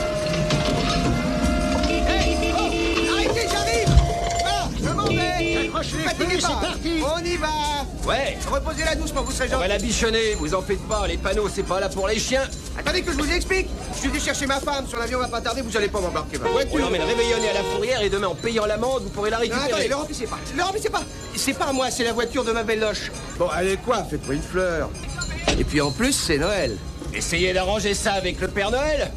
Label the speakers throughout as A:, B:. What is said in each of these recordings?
A: Ah, y va
B: Ouais,
A: Reposez-la doucement, vous serez
B: on
A: gentil.
B: va la bichonner, vous en faites pas, les panneaux, c'est pas là pour les chiens.
A: Attendez que je vous explique Je suis venu chercher ma femme, sur l'avion va pas tarder, vous allez pas m'embarquer ma
B: On
A: voiture
B: l'emmène réveillonner à la fourrière Oh, et demain, en payant l'amende, vous pourrez la
A: Non, attendez,
B: récupérer.
A: le remplissez pas Le remplissez pas C'est pas à moi, c'est la voiture de ma belle loche Bon, allez quoi Faites-moi une fleur Et puis en plus, c'est Noël
B: Essayez d'arranger ça avec le Père Noël.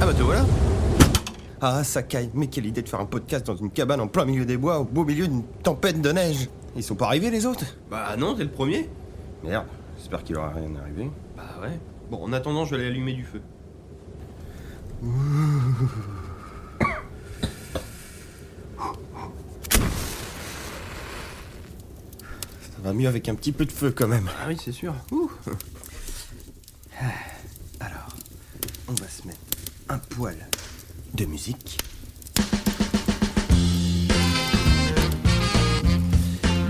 C: Ah bah te voilà Ah Sakai, mais quelle idée de faire un podcast dans une cabane en plein milieu des bois, au beau milieu d'une tempête de neige Ils sont pas arrivés les autres
D: Bah non, t'es le premier.
C: Merde, j'espère qu'il leur est rien arrivé.
D: Bah ouais. Bon, en attendant, je vais aller allumer du feu.
C: Ça va mieux avec un petit peu de feu quand même.
D: Ah oui, c'est sûr.
C: Alors, on va se mettre un poil de musique.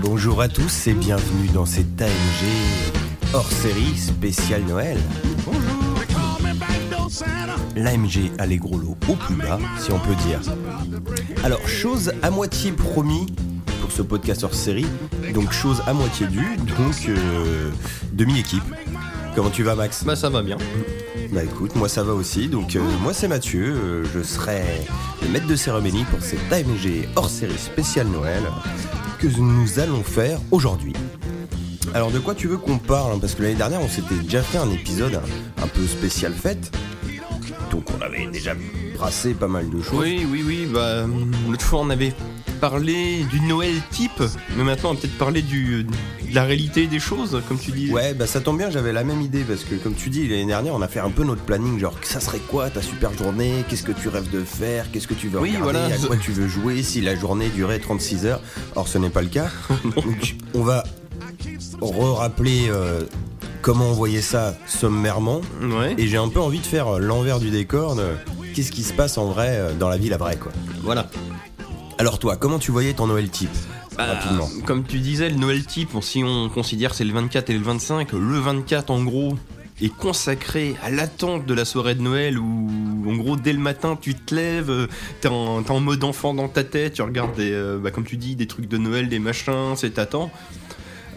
C: Bonjour à tous et bienvenue dans cette AMG hors série spéciale Noël. L'AMG a les gros lots au plus bas, si on peut dire. Alors, chose à moitié promis pour ce podcast hors série, donc chose à moitié due, donc euh, demi-équipe. Comment tu vas, Max
D: Bah ça va bien.
C: bah écoute, moi ça va aussi, donc euh, moi c'est Mathieu, euh, je serai le maître de cérémonie pour cette AMG hors série spéciale Noël que nous allons faire aujourd'hui. Alors de quoi tu veux qu'on parle hein, Parce que l'année dernière on s'était déjà fait un épisode hein, un, un peu spécial fête, donc on avait déjà brassé pas mal de choses.
D: Oui, oui, oui, bah hum, l'autre fois on avait parlé du Noël type, mais maintenant on va peut-être parler du, de la réalité des choses, comme tu dis.
C: Ouais, bah ça tombe bien, j'avais la même idée parce que comme tu dis, l'année dernière, on a fait un peu notre planning, genre ça serait quoi ta super journée, qu'est-ce que tu rêves de faire, qu'est-ce que tu veux
D: Oui,
C: regarder,
D: voilà.
C: à quoi tu veux jouer si la journée durait 36 heures. Or ce n'est pas le cas. Donc on va re-rappeler euh, comment on voyait ça sommairement.
D: Ouais.
C: Et j'ai un peu envie de faire euh, l'envers du décor de qu'est-ce qui se passe en vrai euh, dans la vie la vraie quoi.
D: voilà.
C: Alors toi, comment tu voyais ton Noël type
D: Bah,
C: Rapidement.
D: Comme tu disais, le Noël type, bon, si on considère c'est le 24 et le 25, le 24 en gros est consacré à l'attente de la soirée de Noël où en gros dès le matin tu te lèves, euh, t'es en, t'es en mode enfant dans ta tête, tu regardes des, euh, bah, comme tu dis des trucs de Noël, des machins, c'est t'attends.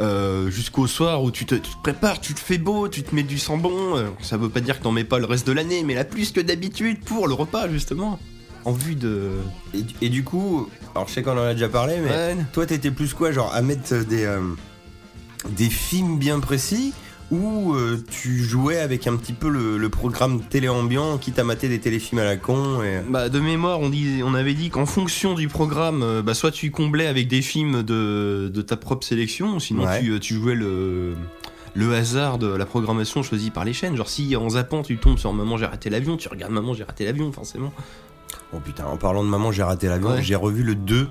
D: Euh, jusqu'au soir où tu te, tu te prépares, tu te fais beau, tu te mets du sang bon. euh, ça veut pas dire que t'en mets pas le reste de l'année, mais là plus que d'habitude pour le repas justement. En vue de.
C: Et, et du coup, alors je sais qu'on en a déjà parlé, mais
D: Ouais.
C: toi t'étais plus quoi, genre à mettre euh, des euh, des films bien précis ou euh, tu jouais avec un petit peu le, le programme téléambiant, quitte à mater des téléfilms à la con et euh,
D: Bah, de mémoire, on, dis- on avait dit qu'en fonction du programme, euh, bah, soit tu comblais avec des films de, de ta propre sélection, sinon
C: Ouais.
D: tu, euh, tu jouais le, le hasard de la programmation choisie par les chaînes. Genre, si en zappant tu tombes sur Maman, j'ai raté l'avion, tu regardes Maman, j'ai raté l'avion, forcément.
C: oh putain, en parlant de maman, j'ai raté l'avion,
D: Ouais.
C: j'ai revu le 2.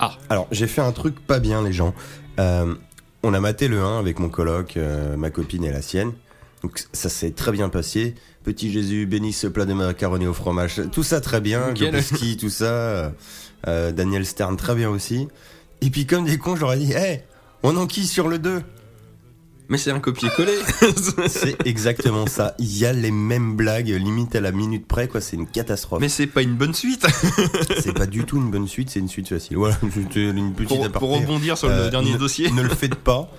D: Ah.
C: Alors, j'ai fait un truc pas bien les gens. Euh, on a maté le 1 avec mon coloc, euh, ma copine et la sienne. Donc ça s'est très bien passé. Petit Jésus, bénisse ce plat de macaroni au fromage. Tout ça très bien.
D: Nickel.
C: Ski, tout ça. euh, euh, Daniel Stern, très bien aussi. Et puis comme des cons, je leur ai dit, hé, on enquille sur le 2.
D: Mais c'est un copier-coller.
C: C'est exactement ça. Il y a les mêmes blagues, limite à la minute près, quoi. C'est une catastrophe.
D: Mais c'est pas une bonne suite.
C: c'est pas du tout une bonne suite, c'est une suite facile. Voilà, c'était une petite
D: pour,
C: aparté.
D: pour rebondir sur
C: Euh,
D: le dernier
C: ne-
D: dossier.
C: ne le faites pas.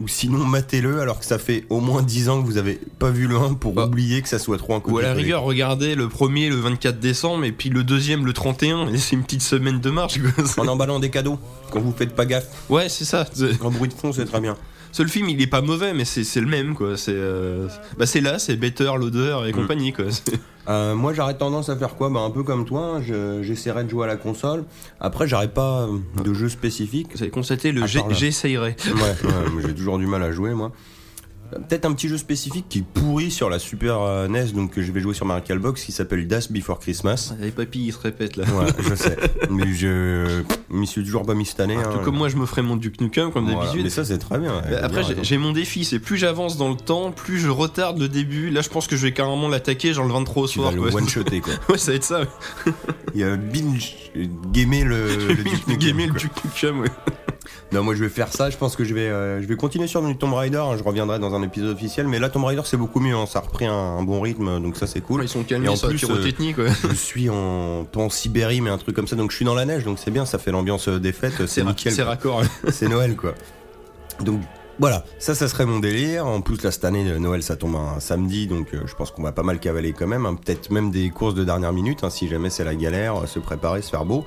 C: Ou sinon, matez-le alors que ça fait au moins 10 ans que vous avez pas vu le 1 pour
D: Bah.
C: oublier que ça soit trop
D: Ou
C: un
D: à la
C: copier-coller.
D: rigueur, regardez le premier le 24 décembre et puis le deuxième le 31, et c'est une petite semaine de marche. quoi.
C: En emballant des cadeaux, quand vous faites pas gaffe,
D: Ouais, c'est ça. C'est-
C: en bruit de fond, c'est très bien.
D: Ce le film, il est pas mauvais, mais c'est c'est le même, quoi. C'est euh, bah, c'est là, c'est Better, l'odeur et compagnie, quoi. C'est-
C: Euh, moi, j'aurais tendance à faire quoi bah, Un peu comme toi, hein, je- j'essaierai de jouer à la console. Après, j'aurais pas euh, de jeu spécifique.
D: Vous avez constaté le
C: À
D: j'ai-
C: part là.
D: j'essayerai.
C: Ouais, ouais, mais j'ai toujours du mal à jouer, moi. Euh, Peut-être un petit jeu spécifique qui est pourri sur la Super euh, NES, donc que je vais jouer sur ma Box, qui s'appelle Das Before Christmas.
D: Les papilles, ils se répètent là.
C: Ouais, je sais. Mais je m'y suis toujours pas mis cette année.
D: Tout
C: hein.
D: comme moi, je me ferai mon Duke Nukem comme
C: Voilà.
D: d'habitude.
C: Mais ça, c'est très bien. euh,
D: Bah, Après, j'ai-
C: j'ai
D: j'ai mon défi, c'est plus j'avance dans le temps, plus je retarde le début. Là, je pense que je vais carrément l'attaquer, genre le 23 au
C: tu vas
D: soir.
C: le
D: quoi.
C: one-shotter, quoi.
D: ouais, ça va être ça. ouais.
C: Il y a binge gamer le, le Duke Nukem,
D: Gamer Euh, le
C: quoi.
D: Duke Nukem, ouais.
C: Non, moi je vais faire ça. Je pense que je vais, euh, je vais continuer sur du Tomb Raider. hein, je reviendrai dans un épisode officiel. Mais là, Tomb Raider, c'est beaucoup mieux. hein, ça a repris un, un bon rythme, donc ça, c'est cool.
D: Ils sont
C: Et en
D: calmés sur la
C: plus, euh,
D: pyrotechnie, quoi.
C: je suis en, pas en Sibérie, mais un truc comme ça. Donc je suis dans la neige, donc c'est bien. Ça fait l'ambiance euh, des fêtes. C'est
D: C'est ra-
C: nickel.
D: c'est
C: quoi.
D: raccord.
C: C'est Noël, quoi. Donc voilà, ça, ça serait mon délire. En plus, là, cette année, euh, Noël, ça tombe un samedi, donc euh, je pense qu'on va pas mal cavaler quand même. hein. Peut-être même des courses de dernière minute, hein, si jamais c'est la galère, euh, se préparer, se faire beau.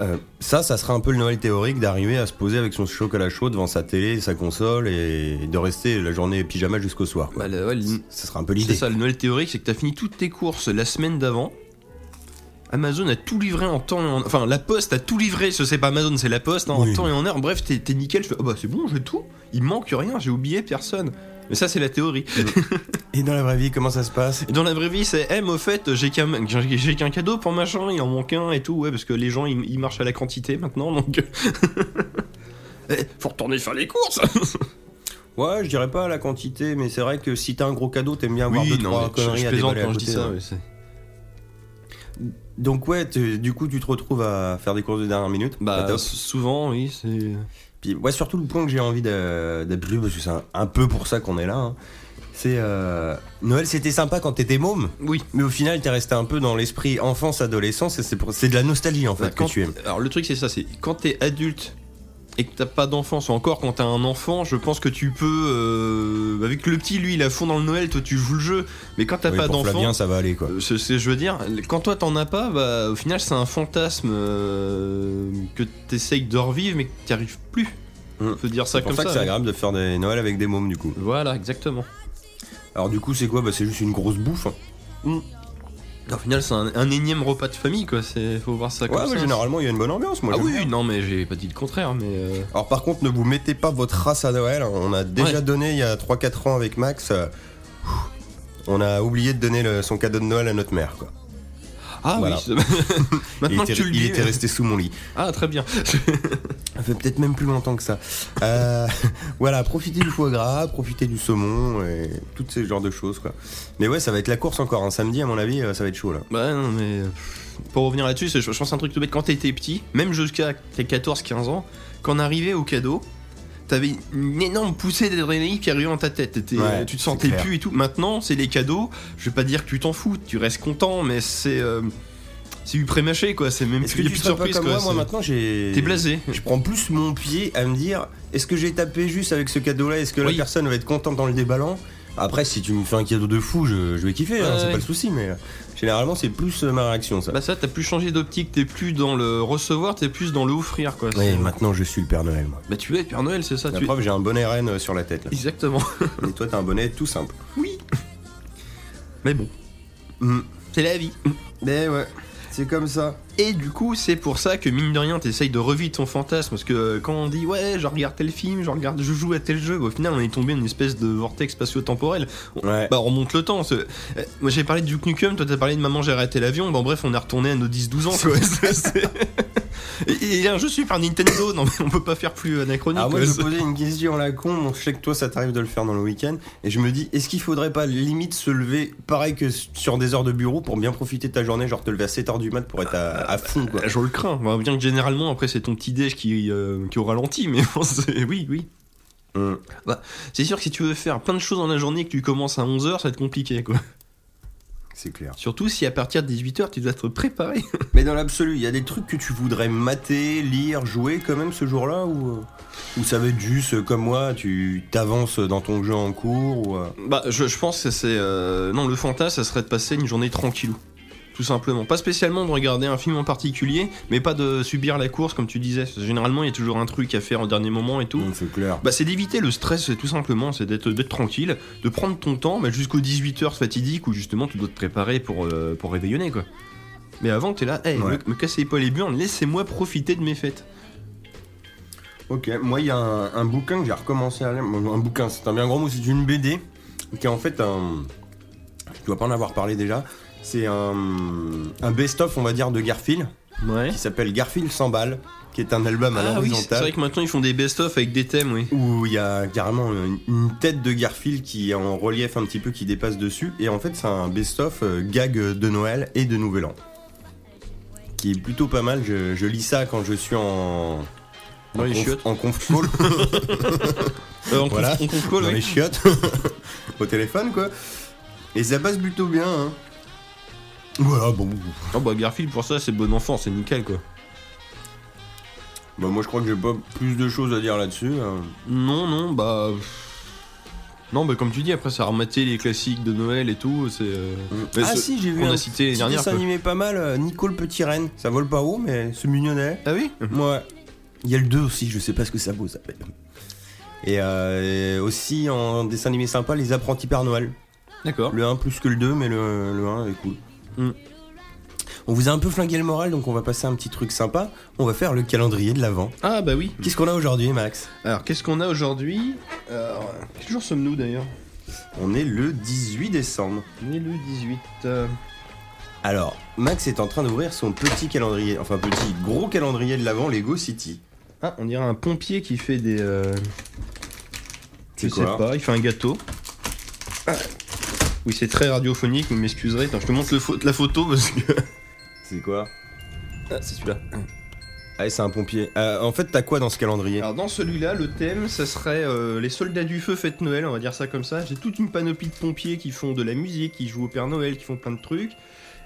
C: Euh, ça, ça serait un peu le Noël théorique d'arriver à se poser avec son chocolat chaud devant sa télé, sa console et de rester la journée pyjama jusqu'au soir.
D: Bah,
C: quoi.
D: le- ouais, le-
C: Ça sera un peu
D: C'est
C: l'idée.
D: ça, le Noël théorique, c'est que t'as fini toutes tes courses la semaine d'avant. Amazon a tout livré en temps et en Enfin, la poste a tout livré, ce c'est pas Amazon, c'est la poste, hein,
C: Oui.
D: en temps et en heure. Bref, t'es t'es nickel, je fais, oh bah c'est bon, j'ai tout. Il manque rien, j'ai oublié personne. Mais ça, c'est la théorie.
C: Et dans la vraie vie, comment ça se passe
D: Dans la vraie vie, c'est Eh, mais au fait, j'ai qu'un j'ai- j'ai qu'un cadeau pour machin, il en manque un et tout, ouais, parce que les gens ils, ils marchent à la quantité maintenant, donc. Eh, faut retourner faire les courses
C: Ouais, je dirais pas la quantité, mais c'est vrai que si t'as un gros cadeau, t'aimes bien avoir deux, trois
D: je,
C: conneries à
D: plaisante
C: déballer à
D: quand je dis
C: côté,
D: ça.
C: ouais.
D: ouais, c'est-
C: Donc ouais, tu- du coup tu te retrouves à faire des courses de dernière minute.
D: bah,
C: Pas top.
D: souvent, oui, c'est.
C: Puis, ouais, surtout le point que j'ai envie d'a- d'appuyer parce que c'est un, un peu pour ça qu'on est là. hein, C'est euh, Noël, c'était sympa quand t'étais môme,
D: Oui.
C: mais au final t'es resté un peu dans l'esprit enfance, adolescence. Et c'est pour- c'est de la nostalgie en fait
D: Bah,
C: que
D: quand-
C: tu aimes.
D: Alors le truc c'est ça, c'est quand t'es adulte et que t'as pas d'enfant, ou encore quand t'as un enfant, je pense que tu peux, euh, avec le petit lui il est à fond dans le Noël, toi tu joues le jeu, mais quand t'as
C: Oui,
D: pas
C: pour
D: d'enfant,
C: Flavien, ça va aller quoi.
D: euh, c'est- c'est- je veux dire, quand toi t'en as pas, bah, au final c'est un fantasme euh, que t'essayes de revivre mais que t'y arrives plus.
C: Mm.
D: On peut dire ça
C: C'est pour
D: comme
C: ça
D: ça. hein.
C: que c'est
D: ouais.
C: agréable de faire des Noël avec des mômes du coup.
D: Voilà, exactement.
C: Alors du coup c'est quoi Bah c'est juste une grosse bouffe. hein.
D: Au final c'est un, un énième repas de famille quoi, c'est- faut voir ça
C: Ouais,
D: comme ça. hein.
C: mais généralement il y a une bonne ambiance. Moi,
D: Ah
C: j'aime
D: oui,
C: bien.
D: oui, non mais j'ai pas dit le contraire, mais... euh,
C: Alors par contre, ne vous mettez pas votre race à Noël. hein. On a déjà
D: Ouais.
C: donné il y a 3-4 ans avec Max. euh, pff, on a oublié de donner le- son cadeau de Noël à notre mère. Quoi.
D: Ah
C: Voilà.
D: oui, c'est-
C: Il,
D: maintenant
C: était,
D: que tu le
C: il
D: dis,
C: était resté sous mon lit.
D: Ah très bien.
C: Ça fait peut-être même plus longtemps que ça. Euh, voilà, profitez du foie gras, profitez du saumon et tout ce genre de choses. Quoi. Mais ouais, ça va être la course encore. Un samedi, à mon avis, euh, ça va être chaud là.
D: bah non mais pff, pour revenir là-dessus, c'est- je, je pense un truc tout bête quand t'étais petit, même jusqu'à tes 14-15 ans, quand on arrivait au cadeau, t'avais une énorme poussée d'adrénaline qui arrivait dans ta tête. T'étais-
C: Ouais,
D: tu te
C: c'est
D: sentais
C: clair.
D: plus et tout. Maintenant, c'est les cadeaux. Je vais pas dire que tu t'en fous, tu restes content, mais c'est euh, c'est du prémâché quoi. C'est même
C: Est-ce
D: plus
C: que
D: des
C: tu
D: petites
C: serais pas
D: surprises
C: comme
D: quoi.
C: moi Moi
D: c'est-
C: maintenant, j'ai.
D: T'es blasé.
C: Je prends plus mon pied à me dire est-ce que j'ai tapé juste avec ce cadeau-là Est-ce que la
D: Oui.
C: personne va être contente dans le déballant Après, si tu me fais un cadeau de fou, je, je vais kiffer, hein,
D: Ouais,
C: c'est
D: ouais.
C: pas le souci, mais euh, généralement, c'est plus euh, ma réaction ça.
D: Bah ça, t'as plus changé d'optique, t'es plus dans le recevoir, t'es plus dans le offrir quoi.
C: Oui,
D: C'est-
C: maintenant je suis le Père Noël, moi.
D: Bah tu es Père Noël, c'est ça.
C: La
D: tu es-
C: preuve, j'ai un bonnet reine euh, sur la tête. Là.
D: Exactement.
C: Et toi, t'as un bonnet tout simple.
D: Mais bon, Mm. c'est la vie.
C: Mais Ben ouais, c'est comme ça.
D: Et du coup, c'est pour ça que mine de rien, t'essayes de revivre ton fantasme. Parce que euh, quand on dit ouais, je regarde tel film, je regarde, je joue à tel jeu, bah, au final, on est tombé dans une espèce de vortex spatio-temporel. On-
C: Ouais.
D: Bah, on remonte le temps. c'est- euh, Moi, j'ai parlé de Duke Nukem, toi, t'as parlé de Maman, j'ai arrêté l'avion. Bon, bref, on est retourné à nos 10-12 ans, quoi. C'est- c'est- Et hein, Il y a un jeu Super Nintendo, non, mais on peut pas faire plus euh, anachronique.
C: Alors Ah, moi
D: quoi,
C: je me
D: c'est-
C: posais une question à la con, bon, je sais que toi ça t'arrive de le faire dans le week-end, et je me dis est-ce qu'il faudrait pas limite se lever pareil que sur des heures de bureau pour bien profiter de ta journée, genre te lever à 7h du mat pour être à, à fond quoi.
D: Bah, je le crains. Bah, bien que généralement, après, c'est ton petit déj qui, euh, qui au ralenti, mais bon, c'est- oui, oui.
C: Hum.
D: Bah, c'est sûr que si tu veux faire plein de choses dans la journée et que tu commences à 11h, ça va être compliqué, quoi.
C: C'est clair.
D: Surtout si à partir de 18h, tu dois te préparer.
C: Mais dans l'absolu, il y a des trucs que tu voudrais mater, lire, jouer quand même ce jour-là ou, euh, ou ça va être juste euh, comme moi, tu t'avances dans ton jeu en cours ou, euh,
D: Bah, je, je pense que c'est. euh, Non, le fantasme, ça serait de passer une journée tranquillou. Tout simplement. Pas spécialement de regarder un film en particulier, mais pas de subir la course, comme tu disais. Parce que Généralement, il y a toujours un truc à faire au dernier moment et tout.
C: Non, c'est clair.
D: Bah, c'est d'éviter le stress, c'est tout simplement, c'est d'être d'être tranquille, de prendre ton temps bah, jusqu'aux 18h fatidiques où justement tu dois te préparer pour, euh, pour réveillonner quoi. Mais avant, t'es là, hey,
C: Ouais.
D: me, me cassez pas les burnes, laissez-moi profiter de mes fêtes.
C: Ok, moi il y a un, un bouquin que j'ai recommencé à lire. Bon, Un bouquin, c'est un bien grand mot, c'est une BD qui est en fait un. Je dois pas en avoir parlé déjà. C'est un, un best-of, on va dire, de Garfield
D: Ouais.
C: qui s'appelle Garfield 100 balles, qui est un album à
D: Ah oui, c'est
C: l'horizontale
D: vrai que maintenant ils font des best-of avec des thèmes, oui.
C: où il y a carrément une, une tête de Garfield qui est en relief un petit peu qui dépasse dessus et en fait c'est un best-of euh, gag de Noël et de Nouvel An qui est plutôt pas mal je, je lis ça quand je suis en
D: Dans
C: en
D: les
C: conf-
D: chiottes.
C: en conf call
D: Euh, on
C: Voilà.
D: conf- on conf call,
C: dans
D: oui.
C: les chiottes au téléphone quoi et ça passe plutôt bien hein. voilà bon
D: Ah bah Garfield pour ça c'est bon enfant, c'est nickel quoi.
C: bah moi je crois que j'ai pas plus de choses à dire là-dessus hein.
D: Non non bah pff. non bah comme tu dis après ça a rematé les classiques de Noël et tout c'est. euh,
C: Mais
D: Ah
C: ce-
D: si, j'ai vu
C: qu'on
D: un
C: a cité les
D: petit
C: dernières
D: dessin
C: quoi. pas mal euh, Nicole Petit Reine ça vole pas haut mais c'est mignonnet
D: Ah oui.
C: Ouais. Il y a le 2 aussi, je sais pas ce que ça vaut ça. Et, euh, et aussi en dessin animé sympa, les apprentis Père Noël.
D: D'accord.
C: Le 1 plus que le 2, mais le, le 1 est cool. Mhm.
D: Mm.
C: On vous a un peu flingué le moral, donc on va passer à un petit truc sympa. On va faire le calendrier de l'avant.
D: Ah bah oui.
C: Qu'est-ce qu'on a aujourd'hui, Max
D: Alors qu'est-ce qu'on a aujourd'hui Alors, Quel jour sommes-nous d'ailleurs
C: On est le 18 décembre.
D: On est le 18. euh,
C: Alors, Max est en train d'ouvrir son petit calendrier, enfin petit gros calendrier de l'avant Lego City.
D: Ah on dirait un pompier qui fait des. euh,
C: C'est
D: Je sais
C: quoi
D: pas, il fait un gâteau. Ah. Oui, c'est très radiophonique, vous m'excuserez. Attends, je te montre le pho- la photo parce que.
C: C'est quoi
D: Ah, c'est celui-là.
C: Ah, c'est un pompier. Euh, en fait, t'as quoi dans ce calendrier
D: Alors, dans celui-là, le thème, ça serait euh, les soldats du feu fête Noël, on va dire ça comme ça. J'ai toute une panoplie de pompiers qui font de la musique, qui jouent au Père Noël, qui font plein de trucs.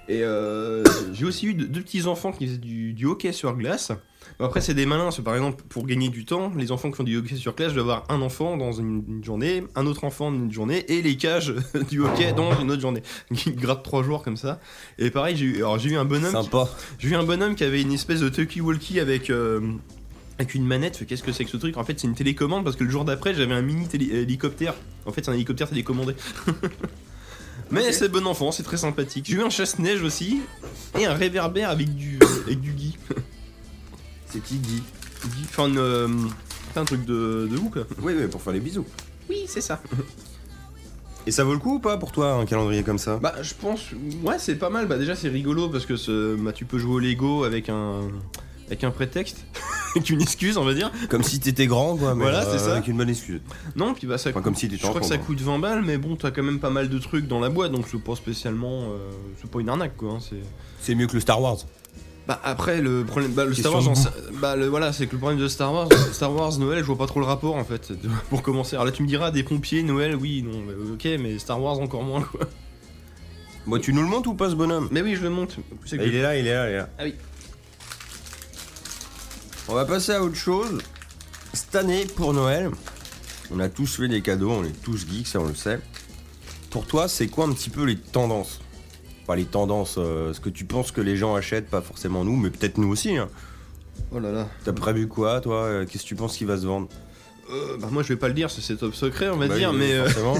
D: Et euh, j'ai aussi eu de- deux petits enfants qui faisaient du, du hockey sur glace. Bon, Après, c'est des malins, parce que, par exemple, pour gagner du temps, les enfants qui font du hockey sur glace, je vais avoir un enfant dans une, une journée, un autre enfant dans une journée, et les cages du hockey dans une autre journée. Ils grattent trois jours comme ça. Et pareil, j'ai eu, alors, j'ai eu un bonhomme. qui-
C: Sympa.
D: J'ai vu un bonhomme qui avait une espèce de talkie-walkie avec, euh, avec une manette. Fait, Qu'est-ce que c'est que ce truc En fait, c'est une télécommande parce que le jour d'après, j'avais un mini télé- euh, hélicoptère. En fait, c'est un hélicoptère télécommandé. Mais c'est bon enfant, c'est très sympathique. J'ai eu un chasse-neige aussi et un réverbère avec du, avec du Guy.
C: C'est qui Guy
D: Guy- Enfin, une, euh, putain, un truc de, de vous quoi.
C: Oui, oui, pour faire les bisous.
D: Oui, c'est ça.
C: Et ça vaut le coup ou pas pour toi un calendrier comme ça
D: Bah, je pense, ouais, c'est pas mal. Bah, déjà, c'est rigolo parce que ce- bah, tu peux jouer au Lego avec un, avec un prétexte, avec une excuse, on va dire.
C: Bah, Comme si t'étais grand, quoi. Mais euh,
D: Voilà, c'est ça.
C: Avec une bonne excuse.
D: Non, puis bah ça
C: Enfin,
D: coûte-
C: comme si t'étais
D: je crois
C: enfant,
D: que ça
C: quoi.
D: coûte 20 balles, mais bon, t'as quand même pas mal de trucs dans la boîte, donc c'est pas spécialement. euh, c'est pas une arnaque quoi. hein, c'est...
C: C'est mieux que le Star Wars.
D: Bah après, le problème. Bah, le
C: Question
D: Star Wars,
C: de
D: j'en
C: goût.
D: sais- bah, le- voilà, c'est que le problème de Star Wars, Star Wars Noël, je vois pas trop le rapport en fait, de- pour commencer. Alors là, tu me diras, des pompiers, Noël, oui, non, bah, ok, mais Star Wars encore moins quoi.
C: Bon, tu nous le montes ou pas ce bonhomme
D: Mais oui, je le monte. C'est que-
C: Il est là, il est là, il est là.
D: Ah oui.
C: On va passer à autre chose. Cette année, pour Noël, on a tous fait des cadeaux, on est tous geeks, ça on le sait. Pour toi, c'est quoi un petit peu les tendances Enfin, les tendances, euh, ce que tu penses que les gens achètent, pas forcément nous, mais peut-être nous aussi. hein.
D: Oh là là.
C: T'as prévu quoi, toi Euh, Qu'est-ce que tu penses qu'il va se vendre
D: Euh, bah moi, je vais pas le dire, c'est, c'est top secret, on va
C: Bah
D: dire,
C: oui,
D: mais. euh,
C: forcément.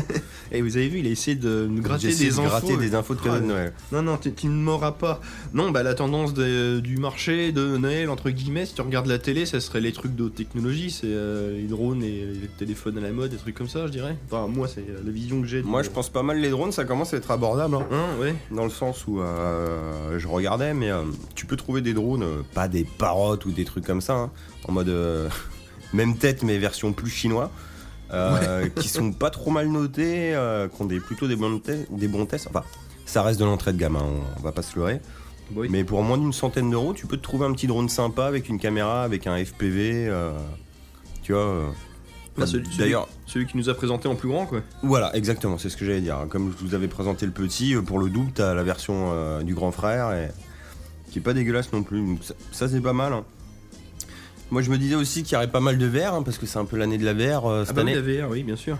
D: eh, vous avez vu, il a essayé de nous gratter
C: J'essaie
D: des
C: de
D: infos.
C: gratter des infos de cadeaux de
D: Ah,
C: Noël.
D: Non, non, tu tu ne m'auras pas. Non, bah la tendance de- du marché de Noël, entre guillemets, si tu regardes la télé, ça serait les trucs de haute technologie, c'est euh, les drones et les téléphones à la mode, des trucs comme ça, je dirais. Enfin, moi, c'est euh, la vision que j'ai. de-
C: Moi, je pense pas mal les drones, ça commence à être abordable. hein.
D: Hein, ouais.
C: Dans le sens où euh, je regardais, mais euh, tu peux trouver des drones, euh, pas des parottes ou des trucs comme ça, hein, en mode euh, même tête mais version plus chinois, euh, qui sont pas trop mal notés, euh, qui ont des, plutôt des bons, te- des bons tests. Enfin, ça reste de l'entrée de gamme, hein, on, on va pas se leurrer.
D: Bah Oui.
C: Mais pour moins d'une centaine d'euros, tu peux te trouver un petit drone sympa avec une caméra, avec un FPV, euh, tu vois. euh,
D: Bah, celui- celui-
C: D'ailleurs,
D: Celui qui nous a présenté en plus grand, quoi.
C: Voilà, exactement, c'est ce que j'allais dire. Comme je vous avais présenté le petit, euh, pour le double, t'as la version euh, du grand frère, et... qui est pas dégueulasse non plus. Donc ça, ça, c'est pas mal. hein. Moi, je me disais aussi qu'il y aurait pas mal de verres, parce que c'est un peu l'année de la verre euh, cette
D: bah oui,
C: année.
D: la VR, oui, bien sûr.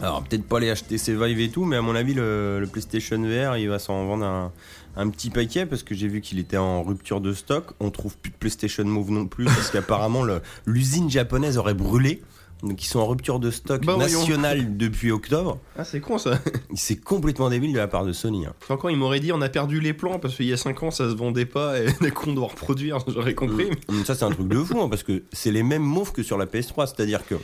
C: Alors peut-être pas les HTC Vive et tout, mais à mon avis le, le PlayStation VR il va s'en vendre un, un petit paquet parce que j'ai vu qu'il était en rupture de stock. On trouve plus de PlayStation Move non plus parce qu'apparemment le- l'usine japonaise aurait brûlé. Donc ils sont en rupture de stock
D: Bah, voyons.
C: national depuis octobre.
D: Ah, c'est con ça.
C: C'est complètement débile de la part de Sony. hein.
D: Encore, il m'aurait dit on a perdu les plans parce qu'il y a 5 ans ça se vendait pas et d'un coup on doit reproduire, j'aurais compris.
C: Mais Ça c'est un truc de fou hein, parce que c'est les mêmes moves que sur la PS3, c'est-à-dire que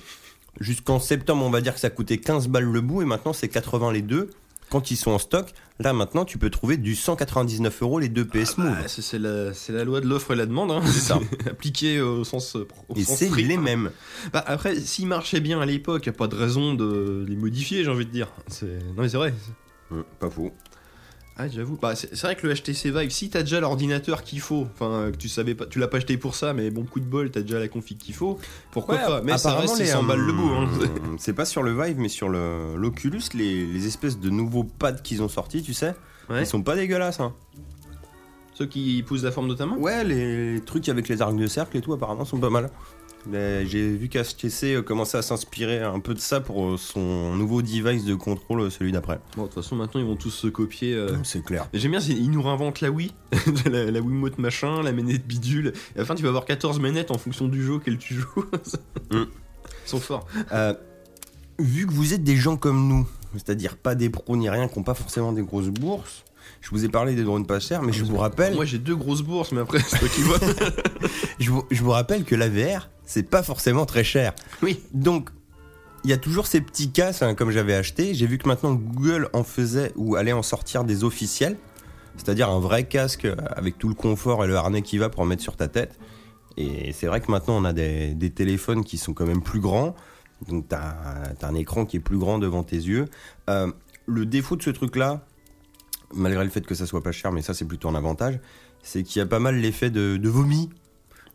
C: jusqu'en septembre on va dire que ça coûtait 15 balles le bout et maintenant c'est 80 les deux. Quand ils sont en stock, là maintenant tu peux trouver du 199 euros les deux PS Move.
D: Ah, c'est c'est la, c'est la loi de l'offre et la demande, hein.
C: C'est ça.
D: appliquée au sens, euh, pro- au
C: Et
D: sens
C: c'est
D: strict.
C: les mêmes.
D: Bah, après, s'ils marchaient bien à l'époque, y a pas de raison de les modifier, j'ai envie de dire. C'est- Non mais c'est vrai.
C: Hum, pas faux.
D: Ah, j'avoue. Bah, c'est c'est vrai que le HTC Vive, si t'as déjà l'ordinateur qu'il faut, enfin, euh, que tu savais pas, tu l'as pas acheté pour ça, mais bon, coup de bol, t'as déjà la config qu'il faut. Pourquoi pas Mais ça reste 100 balles
C: euh, hum,
D: le bout. Hein.
C: C'est pas sur le Vive, mais sur le- l'Oculus, les, les espèces de nouveaux pads qu'ils ont sortis, tu sais,
D: Ouais.
C: ils sont pas dégueulasses. hein.
D: Ceux qui poussent la forme de ta main.
C: Ouais, les trucs avec les arcs de cercle et tout, apparemment, sont pas mal. Mais J'ai vu qu'HTC euh, commençait à s'inspirer un peu de ça pour euh, son nouveau device de contrôle, euh, celui d'après.
D: Bon, de toute façon, maintenant, ils vont tous se copier. euh.
C: C'est clair.
D: Mais J'aime bien, c'est- ils nous réinventent la Wii, la, la Wiimote machin, la manette bidule. Et à la fin, tu vas avoir 14 manettes en fonction du jeu auquel tu joues.
C: Mm.
D: Ils sont forts.
C: Euh, vu que vous êtes des gens comme nous, c'est-à-dire pas des pros ni rien, qui n'ont pas forcément des grosses bourses, je vous ai parlé des drones pas chers, mais je vous rappelle
D: Moi, j'ai deux grosses bourses, mais après, c'est toi qui vois.
C: Je vous, je vous rappelle que la VR, c'est pas forcément très cher.
D: Oui.
C: Donc, il y a toujours ces petits cas, c'est un- comme j'avais acheté. J'ai vu que maintenant Google en faisait ou allait en sortir des officiels, c'est-à-dire un vrai casque avec tout le confort et le harnais qui va pour mettre sur ta tête. Et c'est vrai que maintenant on a des, des téléphones qui sont quand même plus grands, donc t'as t'as un écran qui est plus grand devant tes yeux. Euh, le défaut de ce truc-là, malgré le fait que ça soit pas cher, mais ça c'est plutôt un avantage, c'est qu'il y a pas mal l'effet de, de vomi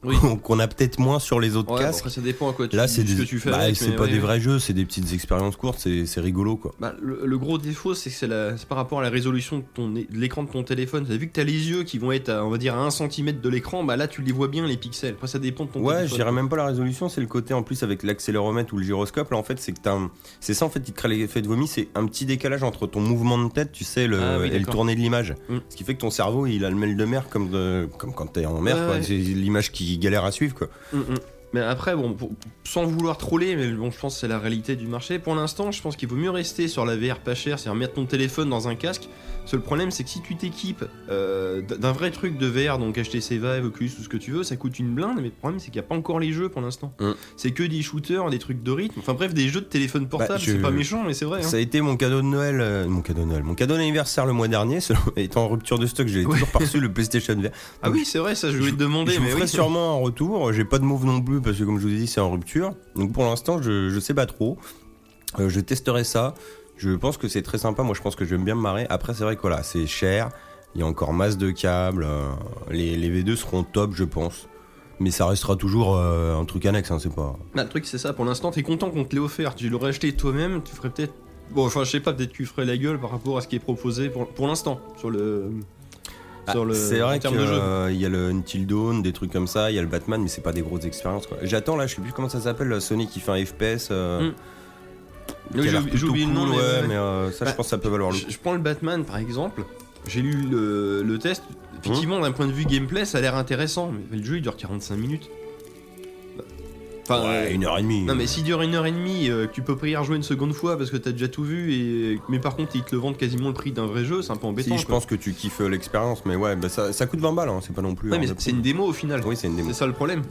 D: Oui.
C: qu'on a peut-être moins sur les autres
D: Ouais, bon,
C: casques.
D: après, ça dépend à quoi tu,
C: Là, c'est
D: ce que
C: des-
D: tu fais.
C: bah,
D: avec,
C: c'est
D: mais
C: pas
D: ouais.
C: des vrais jeux, c'est des petites expériences courtes, c'est c'est rigolo quoi.
D: Bah, le, le gros défaut, c'est que c'est la- c'est par rapport à la résolution de, ton é- de l'écran de ton téléphone. T'as vu que t'as les yeux qui vont être, à, on va dire, à 1 cm de l'écran, bah là, tu les vois bien les pixels. Après, ça dépend de ton
C: Ouais, je
D: téléphone.
C: dirais même pas la résolution, c'est le côté en plus avec l'accéléromètre ou le gyroscope. Là, en fait, c'est que t'as un- C'est ça, en fait, qui te crée l'effet de vomi, c'est un petit décalage entre ton mouvement de tête, tu sais, le,
D: Ah oui,
C: et le
D: d'accord.
C: tourné de l'image.
D: Mm.
C: Ce qui fait que ton cerveau, il a le mail de mer comme, de- comme quand t'es en mer,
D: Ouais,
C: quoi.
D: ouais.
C: C'est l'image qui galère à suivre, quoi.
D: Mm, mm. Mais après, bon, pour- sans vouloir troller, mais bon, je pense que c'est la réalité du marché. Pour l'instant, je pense qu'il vaut mieux rester sur la VR pas chère, c'est-à-dire mettre ton téléphone dans un casque. Parce que le problème, c'est que si tu t'équipes euh, d- d'un vrai truc de VR, donc HTC Vive, Oculus, tout ce que tu veux, ça coûte une blinde. Mais le problème, c'est qu'il n'y a pas encore les jeux pour l'instant.
C: Mm.
D: C'est que des shooters, des trucs de rythme. Enfin bref, des jeux de téléphone portable.
C: Bah, je-
D: C'est pas méchant, mais c'est vrai. hein.
C: Ça a été mon cadeau de Noël, euh, mon cadeau de Noël, mon cadeau d'anniversaire le mois dernier, selon- étant en rupture de stock, j'ai
D: Ouais.
C: toujours pas reçu le PlayStation VR.
D: Ah oui, c'est vrai, ça, je voulais te demander.
C: Je vous
D: mais
C: ferai
D: oui.
C: sûrement un retour. J'ai pas de move non plus parce que comme je vous ai dit, c'est en rupture. Donc pour l'instant, je, je sais pas trop. Euh, je testerai ça. Je pense que c'est très sympa. Moi, je pense que je vais bien me marrer. Après, c'est vrai que voilà, c'est cher. Il y a encore masse de câbles. euh, les, les V2 seront top, je pense. Mais ça restera toujours euh, un truc annexe. hein, c'est pas.
D: Bah, le truc, c'est ça, pour l'instant, t'es content qu'on te l'ait offert. Tu l'aurais acheté toi-même, tu ferais peut-être. Bon, enfin, je sais pas, peut-être que tu ferais la gueule par rapport à ce qui est proposé pour, pour l'instant, sur le. sur le.
C: Ah, c'est
D: en
C: vrai qu'il
D: termes de jeu.
C: y a le Until Dawn, des trucs comme ça. Il y a le Batman, mais c'est pas des grosses expériences. quoi. J'attends là. Je sais plus comment ça s'appelle. là, Sony qui fait un FPS. euh,
D: Mm.
C: qui
D: Oui,
C: a l'air
D: j'ai- j'ai
C: plutôt
D: oublié le nom,
C: cool,
D: mais
C: ouais,
D: ouais.
C: mais euh, ça, je
D: Bah,
C: pense que ça peut valoir le coup.
D: Je, je prends le Batman par exemple, j'ai lu le, le test, effectivement, d'un point de vue gameplay, ça a l'air intéressant, mais le jeu il dure 45 minutes. Bah, Enfin, euh,
C: Ouais, une heure et demie.
D: Non mais s'il dure une heure et demie, euh, que tu peux pas y rejouer une seconde fois parce que t'as déjà tout vu, et mais par contre ils te le vendent quasiment le prix d'un vrai jeu, c'est un peu
C: Si,
D: embêtant.
C: je
D: quoi.
C: pense que tu kiffes euh, l'expérience, mais ouais, bah, ça, ça coûte 20 balles, hein, c'est pas non plus.
D: Ouais,
C: hein,
D: mais
C: de
D: c'est
C: prix.
D: une démo au final.
C: Oui, c'est une démo.
D: C'est ça le problème.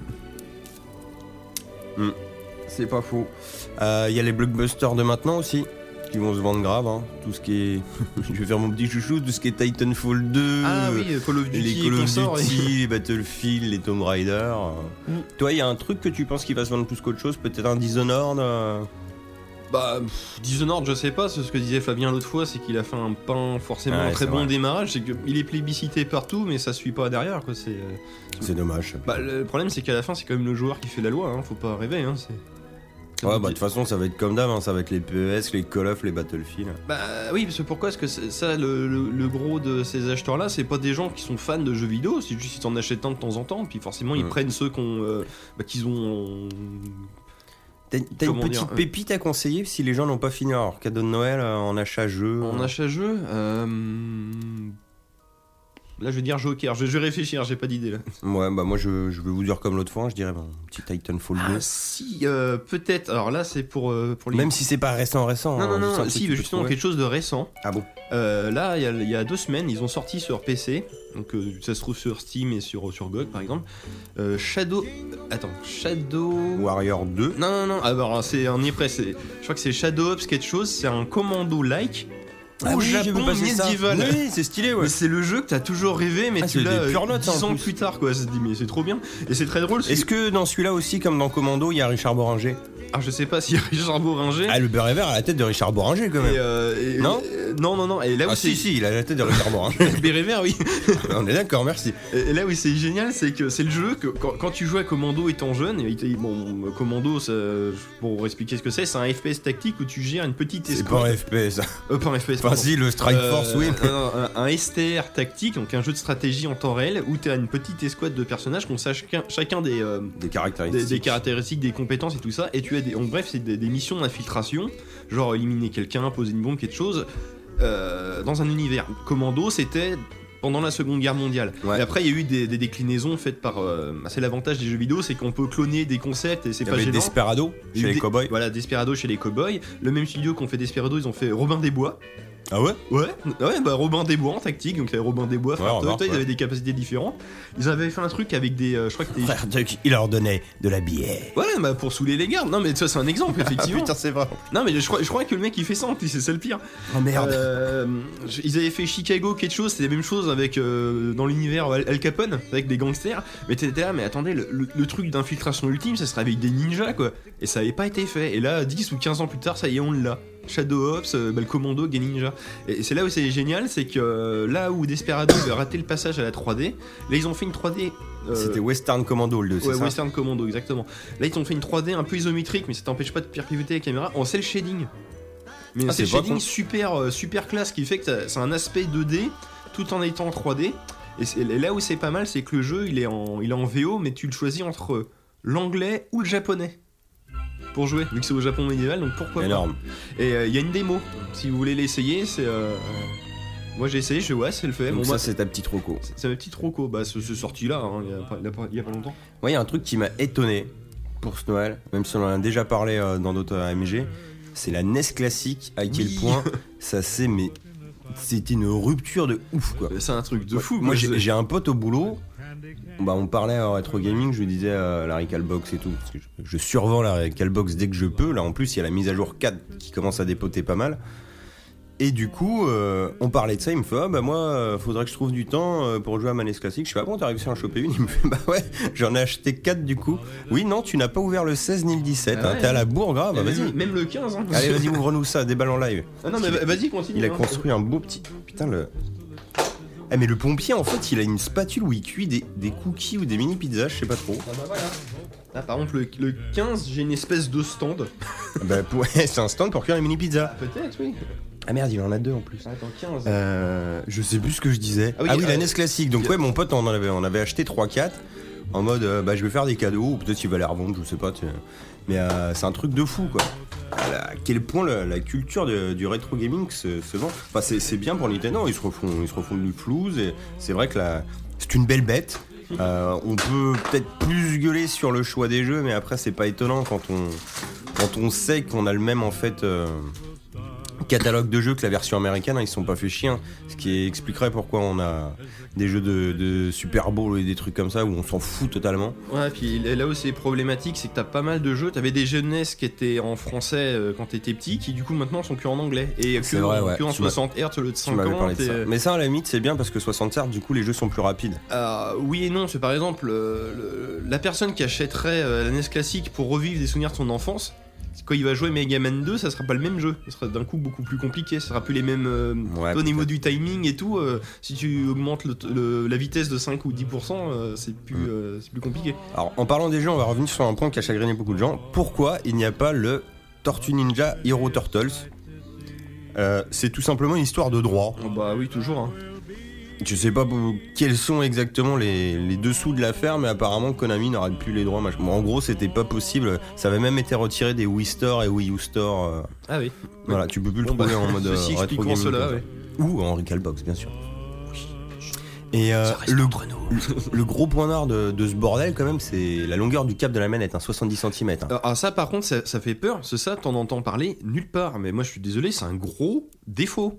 C: C'est pas faux. Euh, Il y a les blockbusters de maintenant aussi, qui vont se vendre grave. hein. Tout ce qui est. je vais faire mon petit chouchou, tout ce qui est Titanfall 2.
D: Ah oui, Call of Duty,
C: Euh, Les Call of
D: consort, et-
C: Duty, les Battlefield, les Tomb Raider. euh.
D: Mm.
C: Toi, il y a un truc que tu penses qui va se vendre plus qu'autre chose Peut-être un Dishonored euh,
D: Bah, pff, Dishonored, je sais pas, c'est ce que disait Fabien l'autre fois, c'est qu'il a fait un pain forcément
C: Ouais,
D: un très
C: c'est
D: bon
C: vrai.
D: démarrage, c'est qu'il est plébiscité partout, mais ça suit pas derrière, quoi. C'est. euh,
C: C'est dommage.
D: Bah, le problème, c'est qu'à la fin, c'est quand même le joueur qui fait la loi, hein, faut pas rêver, hein. c'est- c'est
C: Ouais, bah, de
D: notre-
C: toute façon, ça va être comme d'hab, hein, ça va être les PES, les Call of, les Battlefield.
D: Bah oui, parce que pourquoi est-ce que c'est- ça, le, le- le gros de ces acheteurs-là, c'est pas des gens qui sont fans de jeux vidéo, c'est juste qu'ils t'en achètent un de temps en temps, puis forcément ils
C: Mm.
D: prennent ceux qu'on, euh, bah, qu'ils ont,
C: T'as t'as une
D: Comment dire,
C: petite
D: euh,
C: pépite à conseiller si les gens n'ont pas fini leur cadeau de Noël euh, en achat-jeu
D: En
C: euh,
D: achat-jeu euh, Là, je vais dire Joker. Je, je vais réfléchir, j'ai pas d'idée là.
C: Ouais, bah moi je, je vais vous dire comme l'autre fois, hein, je dirais bon, petit Titanfall 2.
D: Ah, si, euh, peut-être. Alors là, c'est pour, euh, pour les.
C: Même si c'est pas récent, récent.
D: Non,
C: hein,
D: non,
C: juste un
D: non,
C: truc
D: si,
C: qui peut
D: justement,
C: se
D: quelque chose de récent.
C: trouver. Ah bon
D: Euh, là, il y, a- il y a deux semaines, ils ont sorti sur PC, donc euh, ça se trouve sur Steam et sur, sur GOG par exemple, euh, Shadow. Attends, Shadow.
C: Warrior 2.
D: Non, non, non, ah, bah, alors, c'est, on y est prêt, c'est- je crois que c'est Shadow Ops quelque chose, c'est un commando-like. au Japon médiéval.
C: Oui, c'est stylé, ouais.
D: Mais c'est le jeu que t'as toujours rêvé, mais
C: Ah,
D: tu
C: c'est des
D: l'as
C: pures notes,
D: 10
C: hein, en
D: ans
C: plus.
D: plus tard, quoi. Ça te dit, mais c'est trop bien. Et c'est très drôle. parce
C: Est-ce
D: que-
C: que dans celui-là aussi, comme dans Commando, il y a Richard Boringer
D: Ah, je sais pas si Richard Boringer.
C: Ah, le beurre et vert à la tête de Richard Boringer quand
D: et,
C: même.
D: euh, et-
C: Non
D: euh, non, non, non. Et là où
C: Ah
D: c'est.
C: si, si, il a la tête de Richard Boringer. Ah,
D: Béret vert, oui.
C: On est d'accord, merci.
D: Et et là où c'est génial, c'est que c'est le jeu que quand, quand tu joues à Commando étant jeune, et il te- bon, Commando, ça, pour expliquer ce que c'est, c'est un FPS tactique où tu gères une petite
C: C'est
D: escouade.
C: pas un FPS.
D: Euh, pas un FPS.
C: Enfin
D: pardon.
C: si, le Strike
D: Euh,
C: Force, oui.
D: non, non, un, un STR tactique, donc un jeu de stratégie en temps réel où tu as une petite escouade de personnages qu'on sache chacun, chacun des, euh,
C: Des
D: des,
C: caractéristiques.
D: des caractéristiques, des compétences et tout ça. Et tu as des, en bref, c'est des, des missions d'infiltration, genre éliminer quelqu'un, poser une bombe, quelque chose, euh, dans un univers. Commando, c'était pendant la Seconde Guerre mondiale.
C: Ouais.
D: Et après, il y a eu des, des déclinaisons faites par. euh, c'est l'avantage des jeux vidéo, c'est qu'on peut cloner des concepts et c'est
C: Il y
D: pas
C: avait
D: gênant.
C: Desperado
D: Il y a
C: chez
D: eu
C: les
D: des-
C: cowboys.
D: Voilà, Desperado chez les cowboys. Le même studio qu'on fait Desperado, ils ont fait Robin des Bois.
C: Ah ouais
D: Ouais, ouais, bah Robin des Bois en tactique, donc il y avait Robin des Bois, frère
C: Ouais, remarque,
D: Toyota, ils
C: ouais.
D: avaient des capacités différentes. Ils avaient fait un truc avec des. euh, je crois que des.
C: Frère Duck, il leur donnait de la bière.
D: Voilà, bah pour saouler les gardes. Non, mais ça, c'est un exemple, effectivement.
C: Ah, c'est vrai.
D: Non, mais je crois, je crois que le mec il fait ça en plus, c'est ça le pire.
C: Oh merde.
D: Euh, je- ils avaient fait Chicago, quelque chose, c'est la même chose avec euh, dans l'univers Al Al Capone, avec des gangsters. Mais t'étais là, mais attendez, le, le- le truc d'infiltration ultime, ça serait avec des ninjas quoi. Et ça avait pas été fait. Et là, 10 ou 15 ans plus tard, ça y est, on l'a. Shadow Ops, euh, bah, le commando, des ninjas. Et c'est là où c'est génial, c'est que euh, là où Desperado avait raté le passage à la 3D, là ils ont fait une 3D. euh,
C: C'était Western Commando le 2, c'est
D: Ouais,
C: ça
D: Western Commando, exactement. Là, ils ont fait une 3D un peu isométrique, mais ça t'empêche pas de percuter la caméra en cel shading. Mais
C: Ah,
D: un cel
C: c'est pas
D: shading
C: con.
D: super, euh, super classe qui fait que t'as- c'est un aspect 2D tout en étant en 3D. Et, c'est- et là où c'est pas mal, c'est que le jeu il est, en, il est en VO, mais tu le choisis entre l'anglais ou le japonais pour jouer, vu que c'est au Japon médiéval, donc pourquoi pas.
C: Énorme.
D: Et euh, il y a une démo, si vous voulez l'essayer, c'est. euh, Moi j'ai essayé, je fais, ouais, c'est le fait.
C: Donc
D: Bon,
C: ça,
D: moi,
C: c'est ta petite roco.
D: c'est c'est ma petite roco, bah ce, ce sorti là, il y a pas- il y a pas- il y a pas longtemps.
C: Ouais, il y a un truc qui m'a étonné pour ce Noël, même si on en a déjà parlé euh, dans d'autres euh, AMG, c'est la NES classique, à quel
D: Oui.
C: point ça s'est... Mais c'était une rupture de ouf, quoi.
D: C'est un truc de
C: Ouais,
D: fou.
C: Moi,
D: quoi.
C: j'ai j'ai un pote au boulot. Bah, on parlait en rétro gaming, je lui disais euh, la Recalbox et tout. Parce que je, je survends la Recalbox dès que je peux. Là, en plus, il y a la mise à jour 4 qui commence à dépoter pas mal. Et du coup, euh, on parlait de ça. Il me fait Ah, bah, moi, euh, faudrait que je trouve du temps euh, pour jouer à ma NES classique. Je suis pas bon, t'as réussi à en choper une Il me fait Bah, ouais, j'en ai acheté 4 du coup. Oui, non, tu n'as pas ouvert le 16 ni le 17.
D: Ah
C: hein,
D: ouais.
C: T'es à la bourre, grave.
D: Ah,
C: Bah, vas-y.
D: Même le 15. Hein.
C: Allez, vas-y, ouvre-nous ça, déballe en live.
D: Ah non, mais va- vas-y, continue.
C: Il a
D: hein.
C: construit un beau petit. Putain, le. Ah, mais le pompier, en fait, il a une spatule où il cuit des, des cookies ou des mini pizzas, je sais pas trop.
D: Là, Ah, par exemple, le, le 15, j'ai une espèce de stand.
C: Ah bah, pour- c'est un stand pour cuire les mini pizzas.
D: Peut-être, oui.
C: Ah merde, il en a deux en plus.
D: Attends, 15.
C: Euh, je sais plus ce que je disais.
D: Ah
C: Ah
D: oui,
C: oui,
D: euh,
C: la NES classique. Donc, ouais, mon pote, on en avait, on avait acheté 3-4 en mode euh, bah, je vais faire des cadeaux ou peut-être il va les revendre, je sais pas. tu sais. Mais euh, c'est un truc de fou, quoi. À la- à quel point la, la culture de- du rétro gaming se, se vend. Enfin, c'est, c'est bien pour Nintendo, hein. ils se refont, ils se refont du flouze et c'est vrai que la- c'est une belle bête. Euh, on peut peut-être plus gueuler sur le choix des jeux, mais après, c'est pas étonnant quand on, quand on sait qu'on a le même en fait. euh, catalogue de jeux que la version américaine, hein, ils se sont pas fait chien. Ce qui expliquerait pourquoi on a des jeux de, de Super Bowl et des trucs comme ça où on s'en fout totalement.
D: Ouais, puis là où c'est problématique, c'est que t'as pas mal de jeux. T'avais des jeunesses qui étaient en français euh, quand t'étais petit, qui du coup maintenant sont que en anglais. Et que,
C: C'est vrai,
D: en-
C: ouais.
D: que en
C: Tu m'as-
D: 60 Hz au lieu de
C: Tu m'avais parlé
D: 50.
C: de ça.
D: et- euh,
C: Mais ça, à la limite, c'est bien parce que 60 Hz, du coup, les jeux sont plus rapides.
D: Ah, oui et non, c'est par exemple euh, le- la personne qui achèterait euh, la NES classique pour revivre des souvenirs de son enfance. Quand il va jouer Mega Man 2, ça sera pas le même jeu. Ce sera d'un coup beaucoup plus compliqué. Ce sera plus les mêmes euh,
C: Ouais,
D: au niveau
C: peut-être.
D: du timing et tout. euh, si tu augmentes le t- le- la vitesse de 5 ou 10%, euh, c'est plus,
C: Mm.
D: euh, c'est plus compliqué.
C: Alors, en parlant des jeux, on va revenir sur un point qui a chagriné beaucoup de gens. Pourquoi il n'y a pas le Tortue Ninja Hero
D: Oh,
C: Turtles Euh, C'est tout simplement une histoire de droit.
D: bah oui, toujours.
C: Je sais pas pour- quels sont exactement les, les dessous de l'affaire, mais apparemment Konami n'aurait plus les droits. machin. Bon, en gros, c'était pas possible. Ça avait même été retiré des Wii Store et Wii U Store. euh,
D: Ah oui.
C: Voilà, tu peux plus le
D: Bon, bah,
C: trouver en mode euh,
D: ceci
C: rétro
D: expliquant
C: gaming,
D: cela,
C: comme ça.
D: ouais.
C: Ou en recalbox, bien sûr. Et euh, le,
D: le
C: le gros point noir de, de ce bordel, quand même, c'est la longueur du cap de la manette, hein, 70 cm.
D: Ah ça par contre ça, ça fait peur, c'est ça t'en entends parler nulle part, mais moi je suis désolé c'est un gros défaut.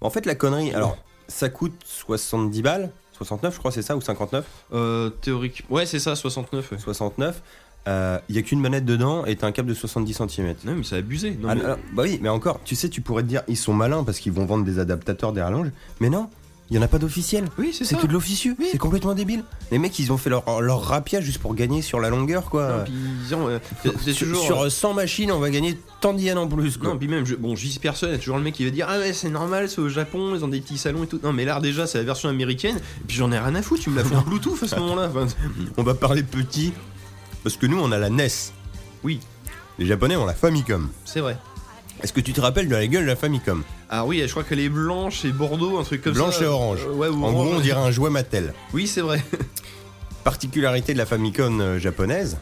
C: En fait, la connerie, alors, ça coûte 70 balles, 69, je crois, c'est ça, ou 59
D: Euh, théorique. Ouais c'est ça 69. ouais.
C: 69. Il n'y euh, a qu'une manette dedans et t'as un cap de 70 cm.
D: Non mais c'est abusé. Non,
C: Ah,
D: mais-
C: non, non. bah oui, mais encore, tu sais, tu pourrais te dire, ils sont malins parce qu'ils vont vendre des adaptateurs, des rallonges, mais non, il n'y en a pas d'officiel.
D: Oui c'est
C: C'est
D: ça.
C: que de l'officieux, c'est complètement débile. Les mecs, ils ont fait leur, leur rapiage juste pour gagner sur la longueur,
D: Non,
C: quoi.
D: puis ils ont, euh, c'est- c'est
C: sur,
D: toujours.
C: sur, euh, 100 machines, on va gagner tant d'yens en plus, quoi.
D: Non, puis même, je, bon, j'y suis personne, il y a toujours le mec qui va dire Ah, ouais, c'est normal, c'est au Japon, ils ont des petits salons et tout. Non, mais l'art déjà, c'est la version américaine, et puis j'en ai rien à foutre, tu me la fous en Bluetooth à ce moment-là. Enfin,
C: On va parler petit, parce que nous, on a la NES.
D: oui,
C: Les Japonais ont la Famicom.
D: c'est vrai.
C: Est-ce que tu te rappelles de la gueule de la Famicom
D: Ah oui, je crois qu'elle est blanche et bordeaux, un truc comme
C: Blanche
D: ça.
C: et orange.
D: Euh, ouais, ou
C: En gros,
D: orange.
C: on dirait un jouet Mattel.
D: Oui, c'est vrai.
C: Particularité de la Famicom euh, japonaise,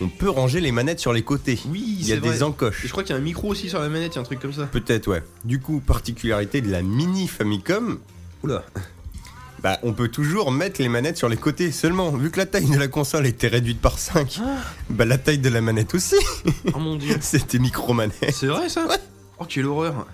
C: on peut ranger les manettes sur les côtés.
D: Oui,
C: il y a
D: c'est
C: des
D: vrai.
C: encoches.
D: Et je crois qu'il y a un micro aussi sur la manette, il y a un truc comme ça.
C: Peut-être, ouais. Du coup, particularité de la mini Famicom. Oula. Bah, on peut toujours mettre les manettes sur les côtés. Seulement, vu que la taille de la console était réduite par
D: Ah.
C: 5, bah la taille de la manette aussi.
D: Oh mon dieu.
C: C'était micro-manette.
D: C'est vrai ça Oh, quelle horreur.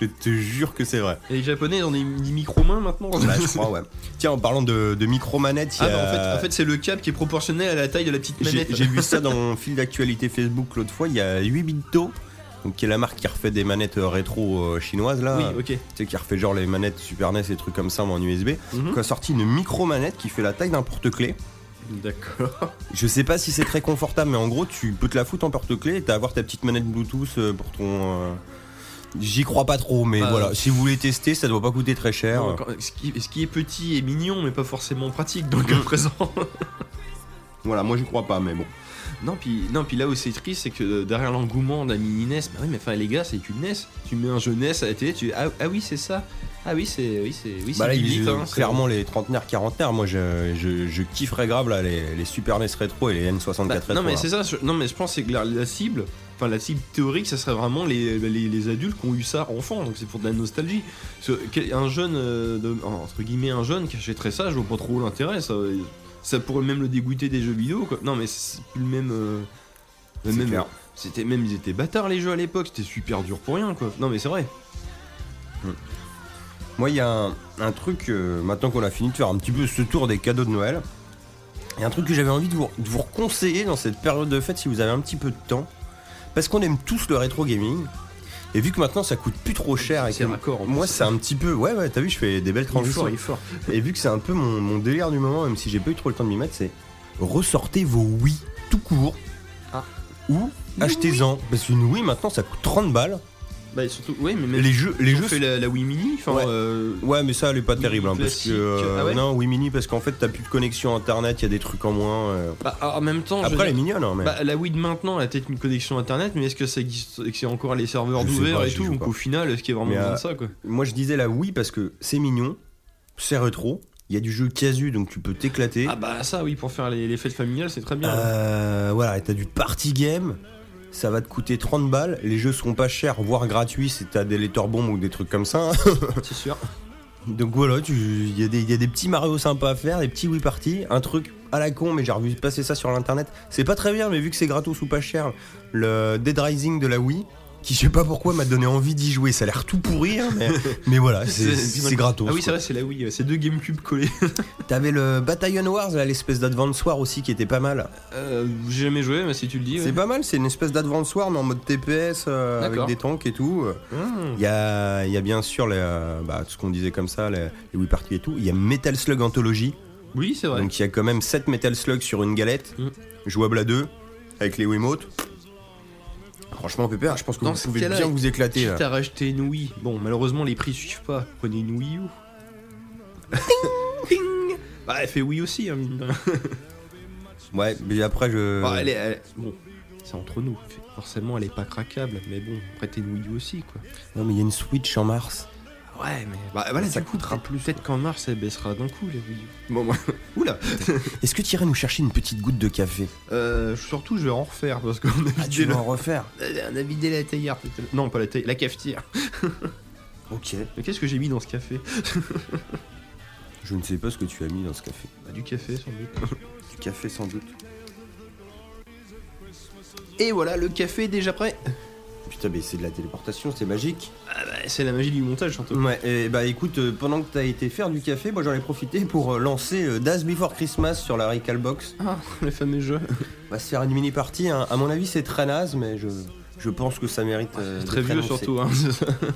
C: Je te jure que c'est vrai.
D: Et les japonais, ils ont des, des micro-mains maintenant
C: Bah, je crois, ouais. Tiens, en parlant de, de micro-manette, il
D: Ah,
C: y
D: bah, en
C: a-
D: fait, en fait c'est le cap qui est proportionnel à la taille de la petite
C: J'ai-
D: manette.
C: J'ai vu ça dans mon fil d'actualité Facebook l'autre fois. Il y a 8 Bito, donc qui est la marque qui refait des manettes euh, rétro euh, chinoises là.
D: Oui, ok.
C: Tu sais, qui refait genre les manettes Super NES et trucs comme ça mais en USB.
D: Mhm.
C: Qui a sorti une micro manette qui fait la taille d'un porte-clé.
D: D'accord.
C: Je sais pas si c'est très confortable, mais en gros, tu peux te la foutre en porte-clé et t'as avoir ta petite manette Bluetooth euh, pour ton. euh, J'y crois pas trop, mais
D: Ah,
C: voilà.
D: ouais.
C: Si vous voulez tester, ça doit pas coûter très cher.
D: Non, quand- ce, qui, ce qui est petit et mignon, mais pas forcément pratique, donc
C: Mhm.
D: à présent.
C: Voilà, moi j'y crois pas, mais bon.
D: non, puis non, puis là où c'est triste, c'est que euh, derrière l'engouement de la mini NES, bah oui, mais enfin les gars, c'est une NES. Tu mets un jeu NES à la télé, tu ah, ah oui, c'est ça. Ah oui, c'est oui, c'est oui,
C: Bah là,
D: c'est
C: ils-
D: Lilith, hein, c'est-
C: clairement, les trentenaires, quarantenaires, moi je, je, je kifferais grave là, les, les Super NES rétro et les N64
D: Bah,
C: rétro.
D: non, mais
C: là.
D: c'est ça. je- non, mais je pense que la, la cible, enfin la cible théorique, ça serait vraiment les, les, les adultes qui ont eu ça enfant. Donc c'est pour de la nostalgie. Parce que quel- un jeune, euh, de- entre guillemets, un jeune qui achèterait ça, je vois pas trop l'intérêt. Ça, ça pourrait même le dégoûter des jeux vidéo. quoi. Non, mais c'est plus le même. euh, le
C: C'est
D: même-
C: clair.
D: C'était même ils étaient bâtards les jeux à l'époque. C'était super dur pour rien quoi. Non, mais c'est vrai.
C: Moi, il y a un, un truc, euh, maintenant qu'on a fini de faire un petit peu ce tour des cadeaux de Noël, il y a un truc que j'avais envie de vous, de vous reconseiller dans cette période de fête si vous avez un petit peu de temps. Parce qu'on aime tous le rétro gaming. Et vu que maintenant ça coûte plus trop cher et
D: C'est
C: que
D: raccord, en
C: moi
D: plus.
C: c'est un petit peu ouais ouais t'as vu je fais des belles
D: Il est
C: transitions
D: fort, il est fort.
C: et vu que c'est un peu mon, mon délire du moment même si j'ai pas eu trop le temps de m'y mettre c'est ressortez vos oui tout court
D: Ah.
C: ou achetez-en parce qu'une oui maintenant ça coûte 30 balles
D: Bah, et surtout, oui, mais même
C: les jeux les
D: ils ont
C: jeux
D: fait la, la Wii Mini. Enfin,
C: Ouais.
D: euh,
C: Ouais, mais ça, elle est pas
D: Wii
C: terrible. hein, parce que,
D: classique.
C: euh,
D: Ah ouais
C: non, oui, mini, parce qu'en fait, t'as plus de connexion internet, il y a des trucs en moins. euh.
D: bah, en même temps, je veux
C: Après, elle est mignonne, hein, mais.
D: Bah, la Wii de maintenant, elle a peut-être une connexion internet, mais est-ce que ça existe, est-ce qu'il y a encore les serveurs
C: Je sais
D: d'ouvert
C: pas,
D: et
C: j'y
D: tout
C: joue
D: Donc
C: pas.
D: au final, est-ce qu'il y a vraiment
C: Mais,
D: besoin
C: euh,
D: de ça quoi
C: Moi, je disais la oui parce que c'est mignon, c'est rétro, il y a du jeu casu, donc tu peux t'éclater.
D: Ah bah ça, oui, pour faire les, les fêtes familiales, c'est très bien.
C: Euh, voilà, et t'as du party game, ça va te coûter 30 balles. Les jeux seront pas chers, voire gratuits si t'as des letterbombs ou des trucs comme ça. hein.
D: c'est sûr.
C: donc voilà, tu- il y, a des- il y a des petits Mario sympas à faire, des petits Wii Party, un truc à la con, mais j'ai revu passer ça sur l'internet. C'est pas très bien, mais vu que c'est gratos ou pas cher, le Dead Rising de la Wii, qui je sais pas pourquoi m'a donné envie d'y jouer. Ça a l'air tout pourri, hein, mais, mais voilà, c'est c'est gratos.
D: Ah oui,
C: quoi.
D: c'est vrai, c'est la Wii, ouais, c'est deux GameCube collés.
C: T'avais le Battalion Wars, là, l'espèce d'Advance War aussi, qui était pas mal.
D: Euh, J'ai jamais joué, mais si tu le dis.
C: C'est
D: ouais.
C: pas mal, c'est une espèce d'Advance War, mais en mode TPS, euh, avec
D: D'accord.
C: des tanks et tout.
D: Mmh.
C: Il y a, il y a bien sûr les, euh, bah, tout ce qu'on disait comme ça, les, les Wii Party et tout. Il y a Metal Slug Anthology.
D: Oui, c'est vrai.
C: Donc il y a quand même 7 Metal Slug sur une galette,
D: Mm.
C: jouable à deux, avec les Wiimotes. Franchement, Pépère, je pense que
D: Dans
C: vous
D: ce
C: pouvez
D: cas-là,
C: bien vous éclater. là.
D: Quitte à racheter une Wii. Bon, malheureusement, les prix suivent pas. Prenez une Wii U. Ding Bah, elle fait Wii aussi, hein, mine de
C: Euh.
D: rien.
C: Ouais, mais après, je.
D: Bah, elle est- elle- Bon, c'est entre nous. Forcément, elle est pas craquable, mais bon, prêtez une Wii U aussi, quoi.
C: Ouais, mais il y a une Switch en mars.
D: Ouais, mais bah, voilà,
C: Ça
D: du coup,
C: coûtera
D: peut- Peut-être qu'en mars, ça baissera d'un coup, les vidéos. Bon, moi- Oula
C: Est-ce que tu irais nous chercher une petite goutte de café
D: euh, Surtout, je vais en refaire parce qu'on a,
C: Ah,
D: vidé
C: tu
D: le-
C: vas en refaire
D: Euh, on a vidé la théière. putain. Non, pas la théière, la cafetière.
C: Ok.
D: Mais qu'est-ce que j'ai mis dans ce café
C: Je ne sais pas ce que tu as mis dans ce café.
D: Bah, Du café, sans doute.
C: Du café sans doute.
D: Et voilà, le café est déjà prêt.
C: Putain, mais c'est de la téléportation, c'est magique.
D: Ah bah, c'est la magie du montage, surtout.
C: Ouais, et bah écoute, euh, pendant que t'as été faire du café, moi j'en ai profité pour euh, lancer euh, Das Before Christmas sur la Recalbox.
D: Ah, le fameux jeu.
C: On va se faire une mini partie, hein. à mon avis c'est très naze, mais je, je pense que ça mérite. euh,
D: Très
C: d'être
D: vieux,
C: annoncé.
D: surtout. Hein.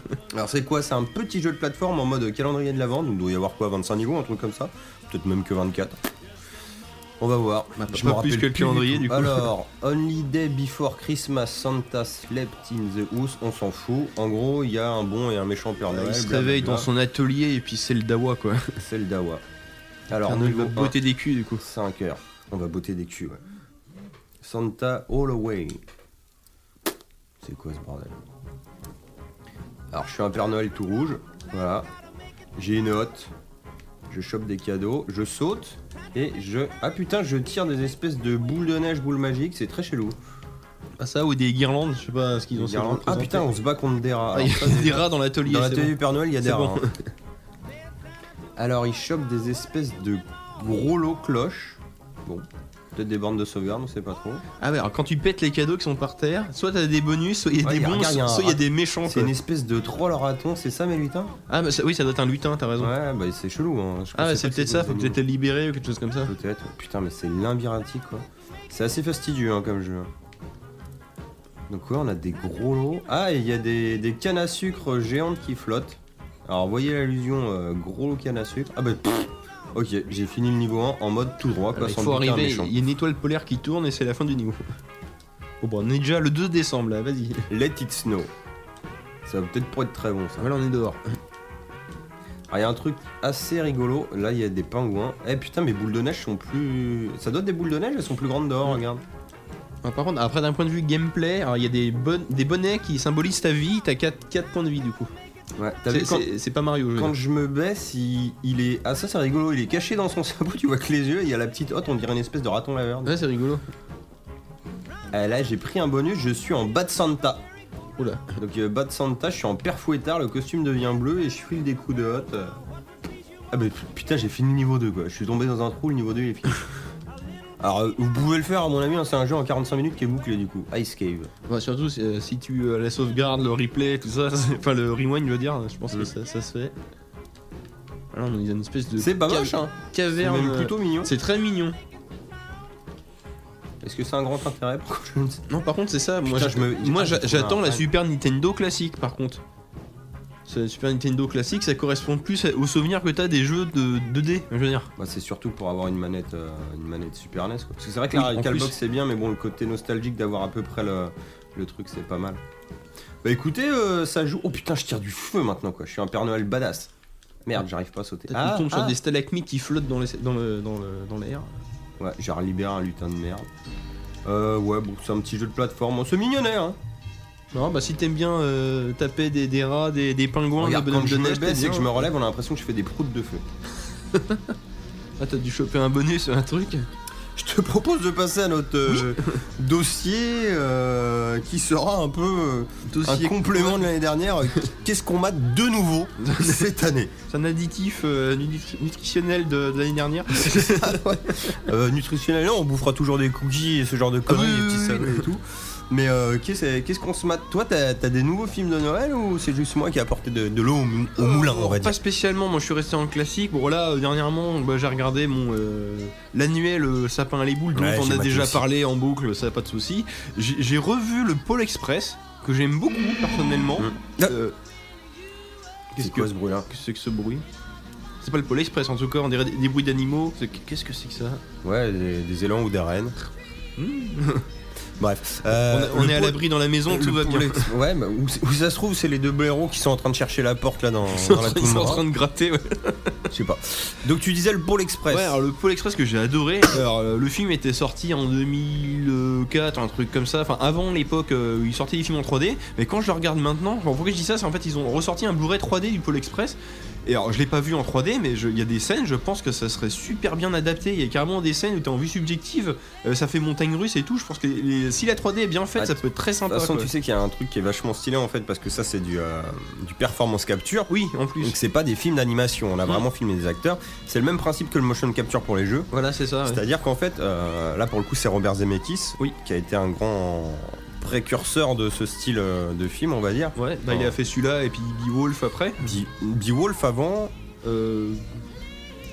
C: Alors c'est quoi C'est un petit jeu de plateforme en mode calendrier de l'avant, donc il doit y avoir quoi 25 niveaux, un truc comme ça Peut-être même que 24. On va voir.
D: Bah,
C: Je
D: pas
C: me
D: plus
C: rappelle
D: que le calendrier, du coup.
C: Alors, Only Day Before Christmas, Santa slept in the house, on s'en fout. En gros, il y a un bon et un méchant Père Noël.
D: Bah, il se
C: blablabla.
D: réveille dans son atelier et puis c'est le dawa, quoi.
C: C'est le Dawa. Alors,
D: Alors, il
C: niveau
D: va botter des culs, du coup.
C: 5 heures. On va botter des culs, ouais. Santa Holloway. C'est quoi ce bordel Alors, je suis un Père Noël tout rouge. Voilà. J'ai une hotte. Je chope des cadeaux. Je saute. Et je. Ah putain, je tire des espèces de boules de neige, boules magiques. C'est très chelou.
D: Ah, ça, ou des guirlandes, je sais pas ce qu'ils ont
C: Guirlande. Ah putain, on se bat contre des rats.
D: Ah, il
C: Alors,
D: y
C: ça,
D: a des
C: déjà-
D: rats dans l'atelier.
C: dans
D: c'est
C: l'atelier
D: bon.
C: du Père Noël, il y a des
D: C'est
C: rats.
D: bon.
C: hein. Alors, il chope des espèces de gros lots cloches. Bon, peut-être des bornes de sauvegarde, on sait pas trop.
D: Ah ouais, alors quand tu pètes les cadeaux qui sont par terre, soit t'as des bonus, soit il y a
C: Ouais,
D: des
C: y a-
D: bons,
C: regarde, y a un
D: soit il y a
C: rat.
D: des méchants.
C: C'est
D: Quoi.
C: une espèce de troll raton, c'est ça mes lutins
D: Ah bah ça- oui, ça doit être un lutin, t'as raison.
C: Ouais, bah c'est chelou. hein. Je
D: Ah ouais,
C: sais
D: c'est
C: pas
D: peut-être
C: si
D: ça,
C: des
D: faut peut-être
C: animaux.
D: le libérer ou quelque chose comme ça.
C: Peut-être, putain, mais c'est limbiratique quoi. C'est assez fastidieux hein, comme jeu. Donc, ouais, on a des gros lots. Ah, et il y a des, des cannes à sucre géantes qui flottent. Alors, voyez l'allusion euh, gros lot canne à sucre. Ah, bah, pff, ok, j'ai fini le niveau 1 en mode tout droit
D: Alors,
C: quoi,
D: il
C: sans
D: Ah, faut
C: buter un
D: arriver,
C: méchant.
D: il y a une étoile polaire qui tourne et c'est la fin du niveau. Bon, bon, on est déjà le 2 décembre là, vas-y.
C: Let it snow. Ça va peut-être pas être très bon ça.
D: Voilà, on est dehors.
C: Ah, il y a un truc assez rigolo. Là, il y a des pingouins. Eh putain, mes boules de neige sont plus. Ça doit être des boules de neige, elles sont plus grandes dehors, regarde.
D: Ah, par contre, après d'un point de vue gameplay, alors, il y a des, bonnes, des bonnets qui symbolisent ta vie, t'as 4, points de vie du coup.
C: Ouais, t'as
D: C'est
C: vu quand.
D: c'est- c'est pas Mario. je veux
C: Quand
D: dire.
C: je me baisse, il, il est. Ah, ça c'est rigolo, il est caché dans son sabot, tu vois que les yeux, il y a la petite hotte, on dirait une espèce de raton laveur.
D: Ouais, c'est rigolo.
C: Ah, là, j'ai pris un bonus, je suis en bas de Santa.
D: Oula.
C: Donc, euh, bas de Santa, je suis en père fouettard, le costume devient bleu et je file des coups de hotte. euh. Ah, bah putain, j'ai fini le niveau 2, quoi. Je suis tombé dans un trou, le niveau 2 il est fini. Alors, euh, vous pouvez le faire, à mon avis, hein, c'est un jeu en 45 minutes qui est bouclé du coup. Ice Cave.
D: Bah, surtout si, euh, si tu euh, la sauvegarde, le replay, tout ça, c'est- enfin le rewind, je veux dire, je pense
C: Mm.
D: que ça, ça se fait. Alors on est dans une espèce de. euh,
C: C'est pas
D: ca-
C: moche, hein C'est
D: Caverne.
C: même plutôt mignon.
D: C'est très mignon.
C: Est-ce que c'est un grand intérêt Par contre, je ne sais
D: Non, par contre, c'est ça. Moi,
C: Putain,
D: j'a-
C: je me-
D: moi,
C: Ah,
D: j'a-
C: j'ai trouvé
D: j'attends
C: un
D: la
C: fan.
D: Super Nintendo classique, par contre. C'est La Super Nintendo classique, ça correspond plus à- aux souvenirs que t'as des jeux de 2D, je veux dire.
C: Bah, c'est surtout pour avoir une manette, euh, une manette Super NES. Quoi. Parce que c'est vrai que
D: Oui,
C: la
D: en
C: Recalbox
D: plus.
C: c'est bien, mais bon, le côté nostalgique d'avoir à peu près le, le truc, c'est pas mal. Bah écoutez, euh, ça joue. Oh putain, je tire du feu maintenant quoi. Je suis un Père Noël badass. Merde, j'arrive pas à sauter. Ah,
D: Peut-être qu'on tombe sur des stalagmites qui flottent dans, les, dans, le, dans, le, dans l'air.
C: Ouais, j'ai libéré un lutin de merde. Euh, ouais, bon, c'est un petit jeu de plateforme. On se mignonnait, hein.
D: Non, bah si t'aimes bien euh, taper des, des rats, des, des pingouins,
C: Regarde,
D: des
C: quand
D: bonhommes
C: je
D: de
C: me
D: neige, t'es
C: baisse et
D: bien.
C: que je me relève, on a l'impression que je fais des proutes de feu.
D: Ah, t'as dû choper un bonnet sur un truc.
C: Je te propose de passer à notre euh, dossier euh, qui sera un peu. euh,
D: Dossier
C: un complément de l'année dernière. Qu'est-ce qu'on mate de nouveau cette année
D: C'est un additif euh, nutri- nutritionnel de, de l'année dernière.
C: Euh, Nutritionnellement, on bouffera toujours des cookies et ce genre de conneries,
D: Ah oui,
C: des
D: oui,
C: petits
D: oui,
C: sablés et tout. Mais euh, qu'est-ce qu'est-ce qu'on se mate Toi, t'as t'as des nouveaux films de Noël ou c'est juste moi qui ai apporté de, de l'eau au, mou- au moulin, on va
D: Pas
C: dire
D: spécialement, moi je suis resté en classique. Bon là, euh, dernièrement, bah, j'ai regardé mon euh, l'annuel euh, Sapin à les boules dont
C: Ouais, j'ai
D: on a
C: maté
D: déjà
C: aussi.
D: parlé en boucle, ça pas de souci. J'ai j'ai revu le Pôle Express que j'aime beaucoup personnellement.
C: Ah.
D: Euh, Qu'est-ce
C: C'est
D: que
C: quoi ce brûlin
D: qu'est-ce que c'est que ce bruit C'est pas le Pôle Express en tout cas, on dirait des, des bruits d'animaux. C'est- Qu'est-ce que c'est que ça
C: Ouais, des, des élans ou des rennes. Bref. euh,
D: Hmm. On, on
C: le
D: est à
C: pôle-
D: l'abri dans la maison,
C: le
D: tout va bien.
C: pôle ex- Ouais, bah, où, c'est- où ça se trouve, c'est les deux blaireaux qui sont en train de chercher la porte là dans,
D: Ils sont
C: dans
D: en
C: la
D: train- ils sont en
C: toundra.
D: train de gratter. ouais.
C: Je sais pas. Donc tu disais le Pôle Express.
D: Ouais, alors le Pôle Express que j'ai adoré. Alors, euh, le film était sorti en 2004, un truc comme ça. Enfin, avant l'époque euh, où ils sortaient les films en 3D. Mais quand je le regarde maintenant, bon, pourquoi je dis ça C'est en fait, ils ont ressorti un Blu-ray 3D du Pôle Express. Et alors, je l'ai pas vu en 3D, mais je- il y a des scènes, je pense que ça serait super bien adapté. Il y a carrément des scènes où t'es en vue subjective, euh, ça fait montagne russe et tout. Je pense que les- si la 3D est bien faite,
C: Ah,
D: ça peut être très
C: De
D: sympa.
C: toute façon,
D: quoi.
C: tu sais qu'il y a un truc qui est vachement stylé en fait, parce que ça, c'est du, euh, du performance capture.
D: Oui, en plus.
C: Donc c'est pas des films d'animation, on a
D: Mm.
C: vraiment filmé des acteurs. C'est le même principe que le motion capture pour les jeux.
D: Voilà, c'est ça. Ah ouais.
C: C'est-à-dire qu'en fait, euh, là pour le coup, c'est Robert Zemeckis
D: Oui.
C: qui a été un grand précurseur de ce style euh, de film, on va dire.
D: Ouais, bah, il
C: Oh.
D: a fait celui-là et puis Beowulf après.
C: Be- Beowulf avant,
D: Euh...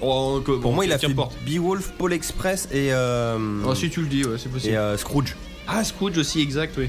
D: oh, que- bon,
C: pour moi, il a fait
D: qu'importe.
C: Beowulf, Pôle Express et, euh,
D: Ah, si tu le dis, ouais, c'est possible.
C: et euh, Scrooge.
D: Ah, Scrooge aussi, exact, oui.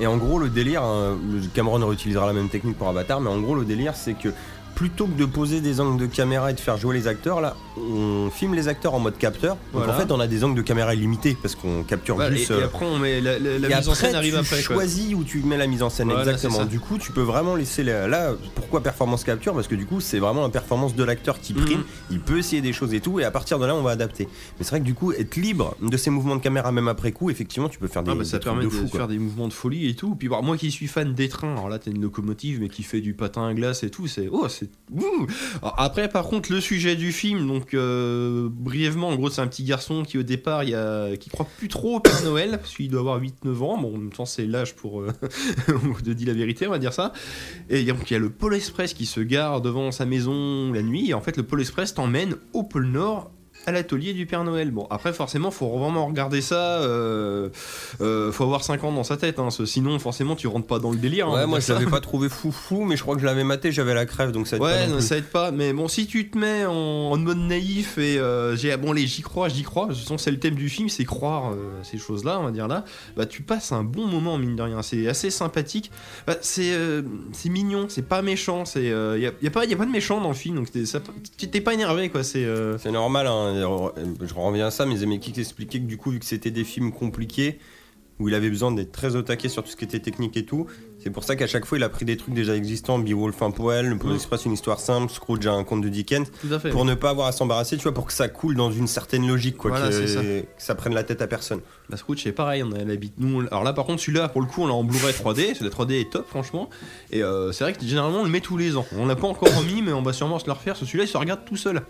C: Et en gros, le délire, hein, le- Cameron réutilisera la même technique pour Avatar, mais en gros, le délire, c'est que plutôt que de poser des angles de caméra et de faire jouer les acteurs, là, on filme les acteurs en mode capteur.
D: Voilà.
C: Donc en fait, on a des angles de caméra illimités parce qu'on capture
D: Bah, et,
C: juste.
D: et
C: euh,
D: après, on met la, la- la
C: et
D: mise en scène
C: après,
D: arrive
C: tu
D: après. quoi.
C: choisis où tu mets la mise en scène
D: Voilà, c'est
C: exactement.
D: ça.
C: Du coup, tu peux vraiment laisser la- là. Pourquoi performance capture Parce que du coup, c'est vraiment la performance de l'acteur qui prime.
D: Mhm.
C: Il peut essayer des choses et tout, et à partir de là, on va adapter. Mais c'est vrai que du coup, être libre de ces mouvements de caméra même après coup, effectivement, tu peux faire des,
D: Ah, bah, ça
C: des trucs
D: permet de,
C: de fou. quoi.
D: faire des mouvements de folie et tout. Puis bah, moi qui suis fan des trains, alors là t'as une locomotive mais qui fait du patin à glace et tout, c'est oh c'est ouh. Alors, Après par contre le sujet du film, donc euh, brièvement en gros c'est un petit garçon qui au départ il y a qui croit plus trop au Père Noël parce qu'il doit avoir 8-9 ans, bon en même temps c'est l'âge pour euh, de dire la vérité on va dire ça. Et donc il y a le Pôle Express qui se gare devant sa maison la nuit et en fait le Pôle Express t'emmène au pôle Nord à l'atelier du Père Noël. Bon, après, forcément, faut vraiment regarder ça. euh, euh, faut avoir 5 ans dans sa tête, hein, ce- sinon, forcément, tu rentres pas dans le délire. hein, on
C: Ouais,
D: va
C: moi
D: dire
C: je
D: ça.
C: l'avais pas trouvé fou fou, mais je crois que je l'avais maté, j'avais la crève, donc ça. aide pas
D: Ouais,
C: non
D: non,
C: plus.
D: ça aide pas. Mais bon, si tu te mets en, en mode naïf et euh, j'ai ah, bon, les j'y crois, j'y crois. De toute façon, c'est le thème du film, c'est croire euh, ces choses-là, on va dire là. Bah, tu passes un bon moment mine de rien. C'est assez sympathique. Bah, c'est euh, c'est mignon, c'est pas méchant. C'est euh, y, a, y a pas y a pas de méchant dans le film, donc t'es ça- tu t'es pas énervé quoi. C'est euh,
C: C'est normal, hein, je reviens à ça, mais Zemeckis expliquait que du coup, vu que c'était des films compliqués, où il avait besoin d'être très au taquet sur tout ce qui était technique et tout, c'est pour ça qu'à chaque fois, il a pris des trucs déjà existants, Beowulf un poème, Le Pôle
D: Mm.
C: Express une histoire simple, Scrooge un conte de Dickens,
D: tout à fait.
C: pour ne pas avoir à s'embarrasser, tu vois, pour que ça coule dans une certaine logique, quoi,
D: Voilà,
C: que,
D: c'est ça.
C: que ça prenne la tête à personne.
D: Bah Scrooge c'est pareil, on a l'habitude. Nous, on- alors là par contre celui-là pour le coup on l'a en Blu-ray 3D, la 3D est top franchement. Et euh, c'est vrai que généralement on le met tous les ans. On l'a pas encore remis mais on va sûrement se le refaire. parce que Celui-là il se regarde tout seul.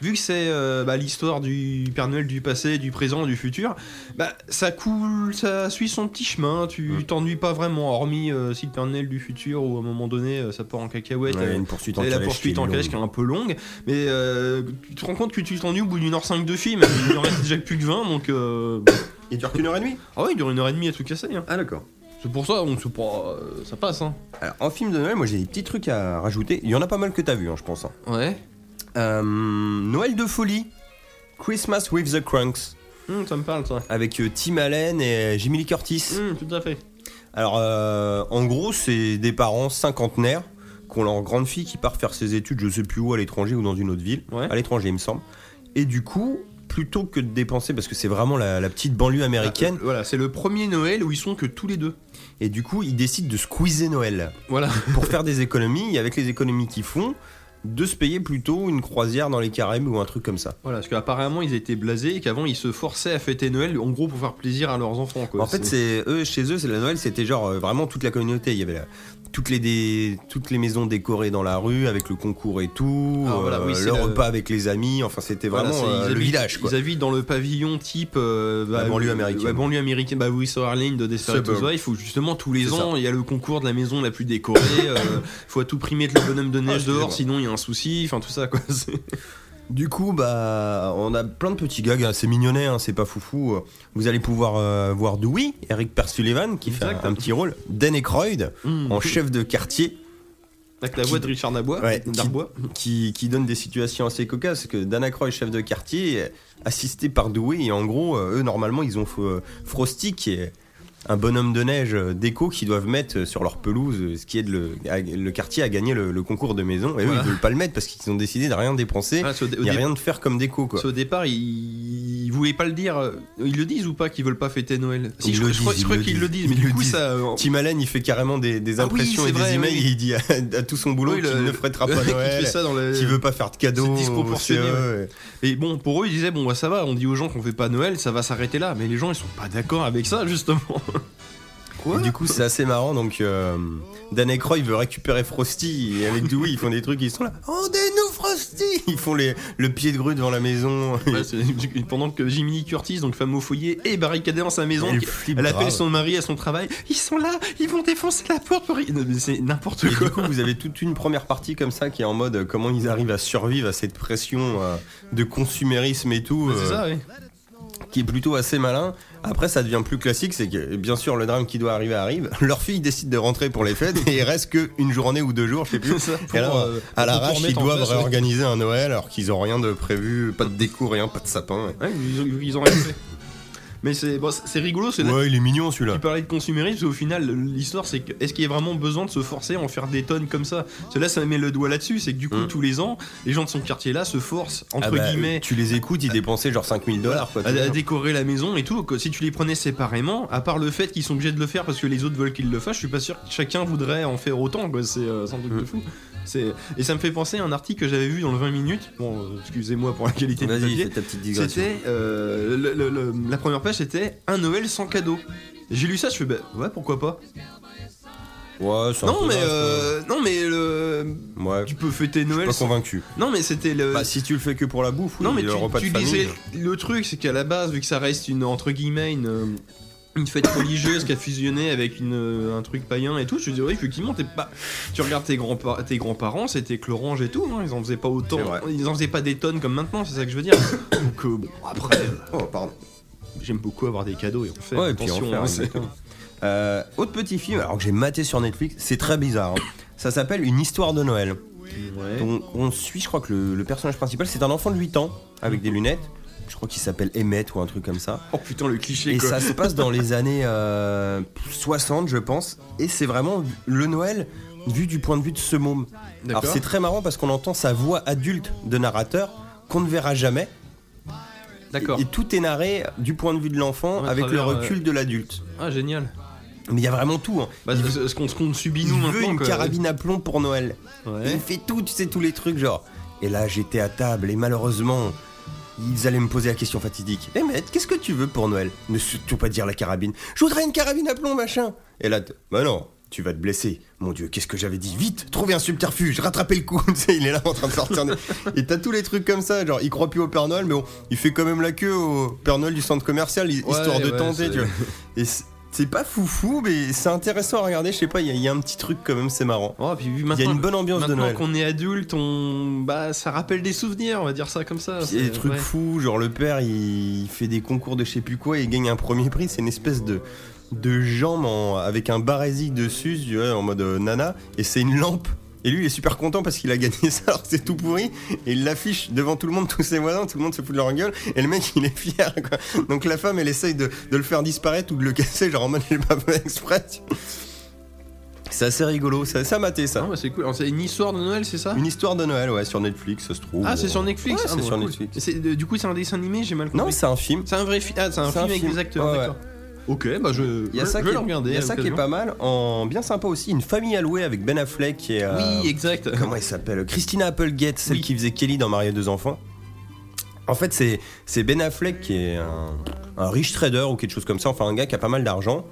D: Vu que c'est euh, bah, l'histoire du Père Noël du passé, du présent, du futur, bah ça coule, ça suit son petit chemin. Tu
C: Mm.
D: t'ennuies pas vraiment, hormis euh, si le Père Noël du futur ou à un moment donné euh, ça part en cacahuète.
C: Ouais,
D: euh,
C: une poursuite en
D: et la
C: calèche
D: poursuite
C: qui est
D: en calèche qui
C: longue.
D: est un peu longue, mais euh, tu te rends compte que tu t'ennuies au bout d'une heure 5 de film, il en reste déjà plus que 20, donc euh,
C: Il dure qu'une heure et demie
D: ah ouais, il dure une heure et demie à tout casser. Hein.
C: Ah, d'accord.
D: C'est pour ça, on se prend, euh, ça passe. Hein.
C: Alors, en film de Noël, moi j'ai des petits trucs à rajouter. Il y en a pas mal que t'as vu, hein, je pense. hein.
D: Ouais.
C: Euh, Noël de folie, Christmas with the Crunks.
D: Hum, ça me parle, ça.
C: avec euh, Tim Allen et Jimmy Lee Curtis.
D: Hum, tout à fait.
C: Alors, euh, en gros, c'est des parents cinquantenaires qui ont leur grande fille qui part faire ses études, je sais plus où, à l'étranger ou dans une autre ville.
D: Ouais.
C: À l'étranger, il me semble. Et du coup, plutôt que de dépenser, parce que c'est vraiment la, la petite banlieue américaine,
D: Euh, voilà, c'est le premier Noël où ils sont que tous les deux.
C: et du coup, ils décident de squeezer Noël
D: Voilà.
C: pour faire des économies, et avec les économies qu'ils font, de se payer plutôt une croisière dans les Caraïbes ou un truc comme ça.
D: Voilà, parce qu'apparemment ils étaient blasés et qu'avant ils se forçaient à fêter Noël, en gros pour faire plaisir à leurs enfants. Quoi.
C: Bah, en fait, c'est eux chez eux, c'est la Noël, c'était genre euh, vraiment toute la communauté. Il y avait la- toutes les dé- toutes les maisons décorées dans la rue avec le concours et tout, euh,
D: Ah, voilà, oui, c'est
C: le
D: le-
C: repas avec les amis. Enfin, c'était
D: Voilà,
C: vraiment
D: c'est-
C: euh,
D: ils
C: le
D: habitent-
C: village quoi.
D: Ils habitent dans le pavillon type. euh,
C: La banlieue
D: euh,
C: américaine.
D: La banlieue américaine, bah oui, Soarline de Desperate
C: Suburb.
D: Housewives, où justement tous les
C: C'est
D: ans il y a le concours de la maison la plus décorée. euh, faut à tout prix mettre le bonhomme de neige
C: excusez-moi.
D: dehors, sinon il y a un souci, enfin tout ça quoi. c'est-
C: Du coup, bah, on a plein de petits gags assez mignonnets. hein, c'est pas foufou. Vous allez pouvoir euh, voir Dewey, Eric Persullivan qui fait un,
D: Exact.
C: un petit rôle, Dan Aykroyd
D: Hum.
C: en chef de quartier.
D: Avec la voix de Richard Nabois,
C: Ouais, qui-
D: Darbois.
C: qui, qui donne des situations assez cocasses. Que Dana Croy, chef de euh, quartier, est assisté par Doué, et en gros, euh, eux, normalement, ils ont F- euh, Frosty, qui est un bonhomme de neige euh, déco qu'ils doivent mettre euh, sur leur pelouse, euh, ce qui aide le, à- le quartier à gagner le, le concours de maison. Et eux,
D: Voilà.
C: ils veulent pas le mettre parce qu'ils ont décidé de rien dépenser
D: Voilà, c'est au dé- au dé-
C: et rien de faire comme déco. Quoi.
D: Parce qu'au départ, ils... ils voulaient pas le dire. euh, Ils le disent ou pas qu'ils veulent pas fêter Noël Si,
C: Ils
D: je,
C: le
D: crois- je crois-
C: disent,
D: je crois
C: ils le
D: qu'ils le
C: disent.
D: disent, mais
C: Ils
D: du
C: le
D: coup,
C: disent.
D: ça. euh,
C: Tim Allen, il fait carrément des, des
D: Ah oui,
C: impressions
D: c'est
C: et
D: vrai,
C: des emails
D: oui.
C: et il dit à, à tout son boulot
D: oui,
C: qu'il
D: le-
C: ne fêtera pas
D: qu'il
C: Noël,
D: fait ça dans le-
C: qu'il veut pas faire de cadeaux.
D: C'est disproportionné,
C: au CE,
D: ouais. Et bon, pour eux, ils disaient bon, bah ça va, on dit aux gens qu'on fait pas Noël, ça va s'arrêter là. Mais les gens, ils sont pas d'accord avec ça, justement.
C: Et du coup, c'est assez marrant. Donc, euh, Dan Aykroyd veut récupérer Frosty. Et avec Dewey, ils font des trucs. Ils sont là. Oh, nous Frosty Ils font les, le pied de grue devant la maison.
D: Ouais, c'est- pendant que Jiminy Curtis, donc femme au foyer, est barricadée dans sa maison,
C: Elle
D: qui-
C: flippe
D: elle appelle
C: grave.
D: son mari à son travail. Ils sont là, ils vont défoncer la porte pour. Non, mais C'est n'importe
C: Et
D: quoi.
C: du coup, vous avez toute une première partie comme ça qui est en mode euh, comment ils arrivent à survivre à cette pression euh, de consumérisme et tout,
D: Ouais, C'est
C: euh,
D: ça, ouais.
C: qui est plutôt assez malin. Après, ça devient plus classique, c'est que bien sûr le drame qui doit arriver arrive. Leur fille décide de rentrer pour les fêtes et il reste que une journée ou deux jours, je sais plus.
D: Ça, pour,
C: Et alors,
D: euh,
C: à
D: pour
C: l'arrache, ils
D: remettre en
C: doivent
D: place, ouais.
C: réorganiser un Noël alors qu'ils ont rien de prévu, pas de déco, rien, pas de sapin. ouais.
D: Ouais, ils, ont- ils ont rien fait. Mais c'est bon, c'est- c'est rigolo, c'est
C: Ouais, il est mignon
D: Tu
C: celui-là.
D: parlais de consumérisme, parce qu'au final, l'histoire, c'est que est-ce qu'il y a vraiment besoin de se forcer à en faire des tonnes comme ça Parce que là, ça met le doigt là-dessus, c'est que du coup,
C: Mm.
D: tous les ans, les gens de son quartier-là se forcent, entre
C: Ah bah,
D: guillemets, Ah,
C: tu les écoutes, ils dépensaient genre 5000 dollars quoi.
D: à, à décorer la maison et tout. que Si tu les prenais séparément, à part le fait qu'ils sont obligés de le faire parce que les autres veulent qu'ils le fassent, je suis pas sûr que chacun voudrait en faire autant. quoi. C'est euh, c'est un
C: Mm.
D: truc de fou. C'est- Et ça me fait penser à un article que j'avais vu dans le 20 minutes. Bon, euh, excusez-moi pour la qualité du
C: Vas-y,
D: papier.
C: fais ta petite digression.
D: C'était euh, le- le- le- la première page, c'était un Noël sans cadeau. J'ai lu ça, je fais bah ouais pourquoi pas.
C: Ouais, c'est un
D: Non
C: peu
D: mais,
C: naze, quoi.
D: euh, non mais le-
C: Ouais,
D: tu peux fêter
C: je suis
D: Noël.
C: pas
D: sans-
C: convaincu.
D: Non mais c'était le.
C: Bah, si tu le fais que pour la bouffe, oui,
D: non mais
C: le
D: tu,
C: repas
D: tu
C: de famille.
D: disais le truc c'est qu'à la base vu que ça reste une entre guillemets une euh, une fête religieuse qui a fusionné avec une, euh, un truc païen et tout, je te dis ouais effectivement t'es pas. Tu regardes tes grands tes grands parents c'était clorange et tout, hein, ils en faisaient pas autant,
C: C'est vrai.
D: ils en faisaient pas des tonnes comme maintenant c'est ça que je veux dire. Donc euh, bon après. euh,
C: Oh, pardon.
D: J'aime beaucoup avoir des cadeaux et on fait
C: Ouais, et puis
D: attention.
C: en faire
D: hein,
C: un
D: c'est-
C: exactement. Euh, autre petit film, alors que j'ai maté sur Netflix, c'est très bizarre. hein. Ça s'appelle Une histoire de Noël.
D: Ouais.
C: On, on suit, je crois que le, le personnage principal, c'est un enfant de 8 ans, avec des lunettes. Je crois qu'il s'appelle Emmett ou un truc comme ça.
D: Oh putain le cliché
C: Et
D: quoi.
C: ça se passe dans les années euh, 60, je pense. Et c'est vraiment le Noël vu du point de vue de ce môme. Alors
D: D'accord.
C: c'est très marrant parce qu'on entend sa voix adulte de narrateur qu'on ne verra jamais.
D: D'accord.
C: Et tout est narré du point de vue de l'enfant
D: Ouais, à
C: avec le
D: travers,
C: recul de l'adulte.
D: Ah génial.
C: Mais il y a vraiment tout. hein.
D: Bah, c'est- c'est ce qu'on ce qu'on subit
C: Il
D: nous
C: veut
D: maintenant.
C: une
D: quoi.
C: carabine à plomb pour Noël.
D: Ouais.
C: Il fait tout, tu sais, tous les trucs genre. Et là, j'étais à table et malheureusement, ils allaient me poser la question fatidique. Eh mais qu'est-ce que tu veux pour Noël Ne surtout pas dire la carabine. Je voudrais une carabine à plomb, machin. Et là, t- bah non, tu vas te blesser. Mon Dieu, qu'est-ce que j'avais dit Vite, trouver un subterfuge, rattraper le coup. Tu sais, il est là en train de sortir. des- Et t'as tous les trucs comme ça, genre il croit plus au Père Noël, mais bon, il fait quand même la queue au Père Noël du centre commercial, hi-
D: Ouais,
C: histoire de
D: ouais,
C: tenter,
D: c'est-
C: tu vois. Et c'est- c'est pas foufou, mais c'est intéressant à regarder. Je sais pas, il y a- il y a un petit truc quand même, c'est marrant.
D: Oh, puis vu
C: Il y a
D: maintenant,
C: une bonne ambiance de
D: maintenant
C: Noël.
D: qu'on est adulte, on bah ça rappelle des souvenirs, on va dire ça comme ça.
C: Il y a
D: c'est-
C: des trucs
D: Euh, ouais.
C: fous, genre le père il fait des concours de je sais plus quoi et il gagne un premier prix, c'est une espèce de, de jambe en- avec un barésique dessus, tu vois, en mode euh, nana, et c'est une lampe. Et lui il est super content parce qu'il a gagné ça alors que c'est tout pourri, et il l'affiche devant tout le monde, tous ses voisins, tout le monde se fout de leur gueule, et le mec il est fier quoi. Donc la femme elle essaye de, de le faire disparaître ou de le casser, genre en mode j'ai pas fait exprès. tu vois. C'est assez rigolo, ça, ça maté ça.
D: Ah, bah, c'est cool. Alors, C'est une histoire de Noël, c'est ça
C: Une histoire de Noël, ouais, sur Netflix, ça se trouve.
D: Ah, c'est sur Netflix.
C: Ouais,
D: Ah,
C: c'est
D: bon,
C: sur
D: cool.
C: Netflix.
D: Et c'est- euh, Du coup, c'est un dessin animé, j'ai mal compris.
C: Non, c'est un film.
D: c'est un vrai film. Ah, c'est un
C: c'est
D: film
C: un
D: avec
C: film.
D: des acteurs,
C: Ouais,
D: d'accord. Ok, bah je,
C: Il y a
D: je-
C: ça
D: je
C: qui
D: vais
C: est-
D: le regarder.
C: il y a
D: à
C: ça qui est
D: l'occasion.
C: pas mal, en bien sympa aussi, une famille à louer avec Ben Affleck et euh,
D: Oui, exact.
C: comment il s'appelle Christina Applegate, celle
D: Oui.
C: qui faisait Kelly dans Mario et deux enfants. En fait, c'est c'est Ben Affleck qui est un, un riche trader ou quelque chose comme ça, enfin un gars qui a pas mal d'argent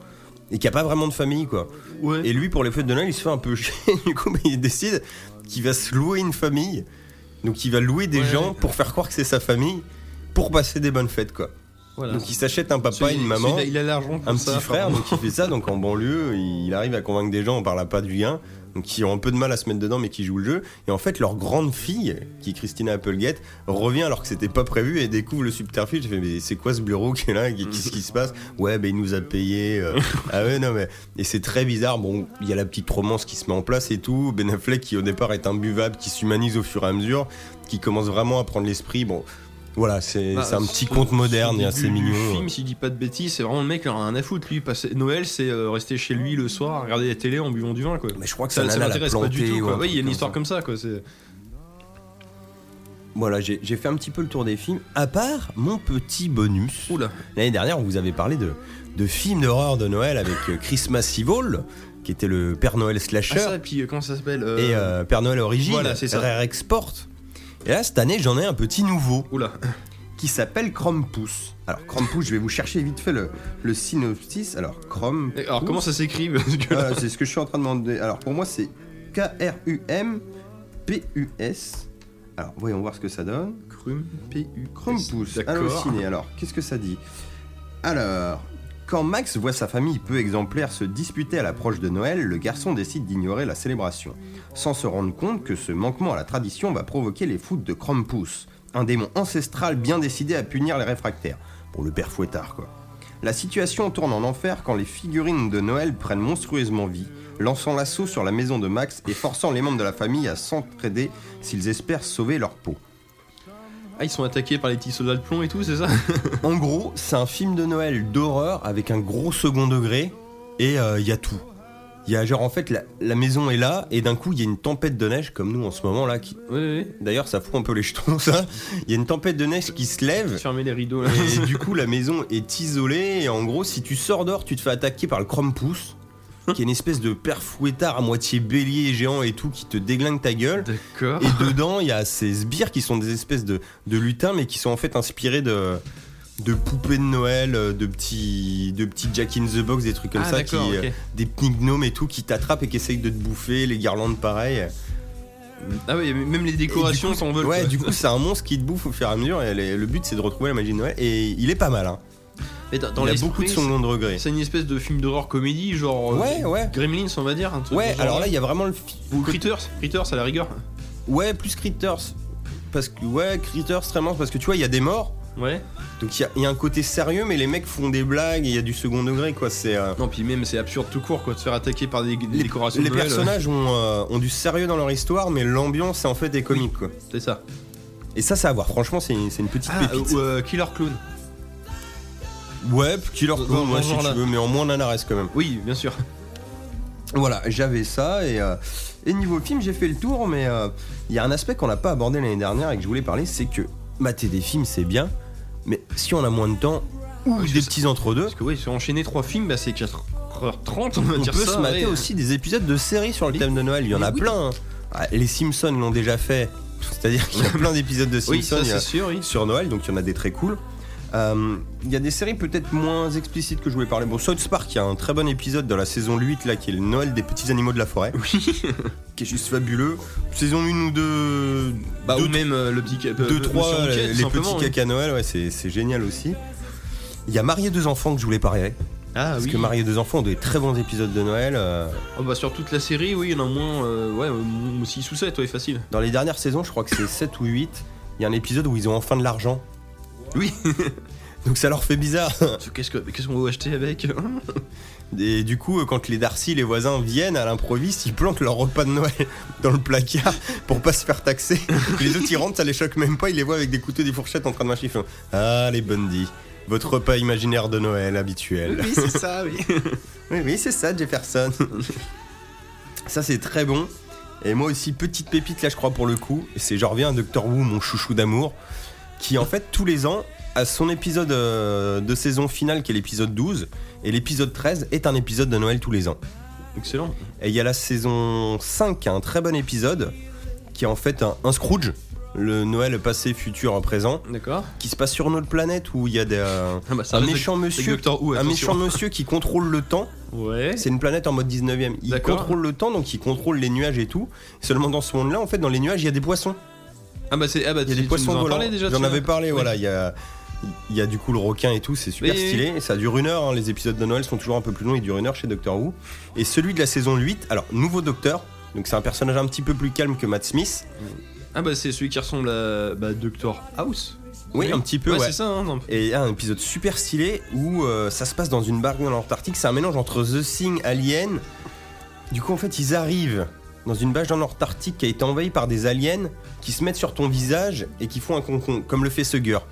C: et qui a pas vraiment de famille quoi.
D: Ouais.
C: Et lui pour les fêtes de Noël, il se fait un peu chier du coup, mais il décide qu'il va se louer une famille. Donc il va louer des
D: Ouais.
C: gens pour faire croire que c'est sa famille pour passer des bonnes fêtes quoi.
D: Voilà.
C: Donc il s'achète un papa,
D: Celui-
C: une maman
D: celui-là, Il a l'argent pour
C: un
D: ça,
C: petit frère
D: apparemment.
C: donc, qui fait ça donc en banlieue il arrive à convaincre des gens on parle pas du gain donc qui ont un peu de mal à se mettre dedans mais qui jouent le jeu et en fait leur grande fille qui est Christina Applegate revient alors que c'était pas prévu et découvre le subterfuge j'ai fait mais c'est quoi ce bureau qui est là qu'est-ce qui se passe ouais ben il nous a payé euh. ah ouais non mais et c'est très bizarre bon il y a la petite romance qui se met en place et tout Ben Affleck qui au départ est imbuvable qui s'humanise au fur et à mesure qui commence vraiment à prendre l'esprit bon Voilà, c'est
D: Bah,
C: c'est un petit
D: au-
C: conte
D: au
C: moderne et
D: début
C: assez
D: du
C: mignon.
D: film, si je dis pas de bêtises, c'est vraiment le mec qui en a rien à foutre. Lui, passer- Noël, c'est euh, rester chez lui le soir, regarder la télé en buvant du vin, quoi.
C: Mais je crois que
D: ça,
C: sa
D: ça
C: nana l'a
D: m'intéresse pas du
C: planté
D: tout.
C: ou
D: quoi.
C: un
D: Oui, il y a
C: truc
D: une
C: comme
D: histoire
C: ça.
D: comme ça, quoi. c'est-
C: Voilà, j'ai j'ai fait un petit peu le tour des films, à part mon petit bonus.
D: Oula.
C: L'année dernière, on vous avait parlé de, de films d'horreur de Noël avec euh, Christmas Evil, qui était le Père Noël slasher,
D: Ah, ça, et puis euh, comment ça s'appelle euh,
C: et euh, Père Noël Origine,
D: voilà, c'est ça.
C: Rare Export. Et là, cette année, j'en ai un petit nouveau,
D: Oula.
C: qui s'appelle Krampus. Alors, Krampus, je vais vous chercher vite fait le, le synopsis. Alors, Krampus...
D: Et Alors, comment ça s'écrit parce que là-
C: Voilà, c'est ce que je suis en train de demander. Alors pour moi, c'est K-R-U-M-P-U-S. Alors voyons voir ce que ça donne.
D: Crum, P.U.
C: Crumpus,
D: D'accord.
C: ciné. Alors qu'est-ce que ça dit Alors. Quand Max voit sa famille peu exemplaire se disputer à l'approche de Noël, le garçon décide d'ignorer la célébration, sans se rendre compte que ce manquement à la tradition va provoquer les foudres de Krampus, un démon ancestral bien décidé à punir les réfractaires. Pour le père fouettard, quoi. La situation tourne en enfer quand les figurines de Noël prennent monstrueusement vie, lançant l'assaut sur la maison de Max et forçant les membres de la famille à s'entraider s'ils espèrent sauver leur peau. Euh.
D: Ah, ils sont attaqués par les petits soldats de plomb et tout, c'est ça
C: En gros, c'est un film de Noël d'horreur avec un gros second degré et il y a tout. Il y a genre en fait la, la maison est là et d'un coup il y a une tempête de neige comme nous en ce moment là qui
D: Oui, oui.
C: d'ailleurs ça fout un peu les jetons ça. Il y a une tempête de neige qui se lève
D: Fermez les rideaux là.
C: et du coup la maison est isolée et en gros si tu sors dehors tu te fais attaquer par le Krampus qui est une espèce de père fouettard à moitié bélier géant et tout qui te déglingue ta gueule.
D: D'accord.
C: Et dedans, il y a ces sbires qui sont des espèces de, de lutins, mais qui sont en fait inspirés de, de poupées de Noël, euh, de petits, de petits Jack in the Box, des trucs comme
D: Ah,
C: ça, qui,
D: d'accord,
C: euh,
D: ok.
C: des petits gnomes et tout, qui t'attrapent et qui essayent de te bouffer, les guirlandes pareil.
D: Ah oui, mais même les
C: Et
D: décorations
C: du coup,
D: s'en veulent.
C: Ouais,
D: quoi.
C: du coup, c'est un monstre qui te bouffe au fur et à mesure, et les- le but c'est de retrouver la magie de Noël, et il est pas mal, hein.
D: Mais dans, dans
C: il a
D: l'esprit,
C: beaucoup de son long de regret.
D: C'est une espèce de film d'horreur comédie, genre. euh,
C: Ouais, ouais.
D: Gremlins, on va dire. Un truc
C: Ouais,
D: genre- hein.
C: alors là, il y a vraiment le. fi-
D: Ou Critters, Critters à la rigueur.
C: Ouais, plus Critters. Parce que, ouais, Critters, vraiment, parce que tu vois, il y a des morts.
D: Ouais.
C: Donc il y a- il y, a un côté sérieux, mais les mecs font des blagues et il y a du second degré, quoi. C'est euh,
D: Non, puis même, c'est absurde tout court, quoi, de se faire attaquer par des, des
C: les,
D: décorations
C: les
D: de Noël.
C: personnages ont, euh, ont du sérieux dans leur histoire, mais l'ambiance en fait est comique, quoi.
D: euh, C'est ça.
C: Et ça, ça à voir. Franchement, c'est une, c'est une petite
D: Ah,
C: pépite.
D: ou euh, Killer Clown.
C: ouais, Killer
D: Dans-
C: Clown,
D: dans
C: moi
D: ce
C: si tu
D: genre-là.
C: veux, mais en moins nanarès quand même.
D: Oui, bien
C: Hein
D: sûr.
C: Voilà, j'avais ça et, euh, et niveau film, j'ai fait le tour, mais euh, il y a un aspect qu'on n'a pas abordé l'année dernière et que je voulais parler, c'est que mater des films, c'est bien, mais si on a moins de temps ou
D: parce
C: des
D: que
C: petits entre-deux,
D: Parce que oui, se enchaîner trois films, bah, c'est 4h30, on va
C: On
D: dire
C: peut
D: ça.
C: se mater
D: ouais.
C: aussi des épisodes de séries sur le
D: Mais-
C: thème de Noël. Il y en
D: mais
C: a
D: oui.
C: plein. hein. Ah, les Simpsons l'ont déjà fait. C'est-à-dire qu'il y a plein d'épisodes de
D: Oui,
C: Simpsons
D: ça
C: il y a-
D: c'est sûr, oui.
C: sur Noël, donc il y en a des très cool. Euh, Il y a des séries peut-être moins explicites que je voulais parler. Bon, South Park, il y a un très bon épisode dans la saison 8 là qui est le Noël des petits animaux de la forêt. Oui. qui est juste fabuleux. Saison 1 ou 2,
D: Bah, ou même euh, le petit. ca- euh, le
C: 2 3
D: Monsieur Rouquet,
C: les
D: tout simplement,
C: petits
D: oui.
C: caca Noël, ouais, c'est c'est génial aussi. Il y a Marié deux enfants que je voulais parler.
D: Ah
C: parce
D: oui.
C: que Marié deux enfants ont des très bons épisodes de Noël. euh,
D: Oh, bah, sur toute la série, oui, il y en a au moins euh, ouais, euh, 6 ou 7, ouais, facile.
C: Dans les dernières saisons, je crois que c'est 7 ou 8, il y a un épisode où ils ont enfin de l'argent.
D: Oui.
C: Donc ça leur fait bizarre.
D: Qu'est-ce que- qu'est-ce qu'on va acheter avec hein
C: Et du coup, euh, quand les Darcy, les voisins viennent à l'improviste, ils plantent leur repas de Noël dans le placard pour pas se faire taxer. Les autres, ils rentrent, ça les choque même pas, ils les voient avec des couteaux, des fourchettes en train de mâcher. Ils font, Ah, les Bundy, votre repas imaginaire de Noël habituel.
D: Oui, c'est ça, oui.
C: Oui, oui, c'est ça, Jefferson. ça, c'est très bon. Et moi aussi, petite pépite, là, je crois, pour le coup. C'est Je reviens à Doctor Who, mon chouchou d'amour, qui, en fait, tous les ans, à son épisode euh, de saison finale, qui est l'épisode 12, et l'épisode 13 est un épisode de Noël tous les ans.
D: Excellent.
C: Et il y a la saison 5, qui a un très bon épisode, qui est en fait un, un Scrooge, le Noël passé, futur, présent,
D: D'accord.
C: qui se passe sur notre planète, où il y a des, euh,
D: Ah bah, ça
C: un
D: reste
C: méchant
D: avec
C: monsieur...
D: Doctor Who,
C: Un méchant
D: attention.
C: monsieur qui contrôle le temps
D: Ouais.
C: c'est une planète en mode 19ème. Il
D: D'accord.
C: contrôle le temps, donc il contrôle les nuages et tout. Seulement dans ce monde-là, en fait, dans les nuages, il y a des poissons.
D: Ah bah c'est ah bah
C: Il y a
D: tu-
C: des
D: tu
C: poissons
D: nous en
C: volants.
D: parlais déjà.
C: J'en
D: tiens.
C: avais parlé, voilà. Il y a, il y a du coup le requin et tout, c'est super
D: Oui, oui,
C: stylé. Et ça dure une heure. hein. Les épisodes de Noël sont toujours un peu plus longs, ils durent une heure chez Doctor Who. Et celui de la saison 8, alors nouveau docteur. Donc c'est un personnage un petit peu plus calme que Matt Smith.
D: Ah bah c'est celui qui ressemble à bah, Doctor House.
C: Oui, un petit peu,
D: Ouais,
C: ouais.
D: c'est ça. Hein, non.
C: Et il y a un épisode super stylé où euh, ça se passe dans une barque dans l'Antarctique. C'est un mélange entre The Thing, Alien. Du coup, en fait, ils arrivent dans une base dans l'Antarctique qui a été envahie par des aliens qui se mettent sur ton visage et qui font un concon, comme le fait Sugur.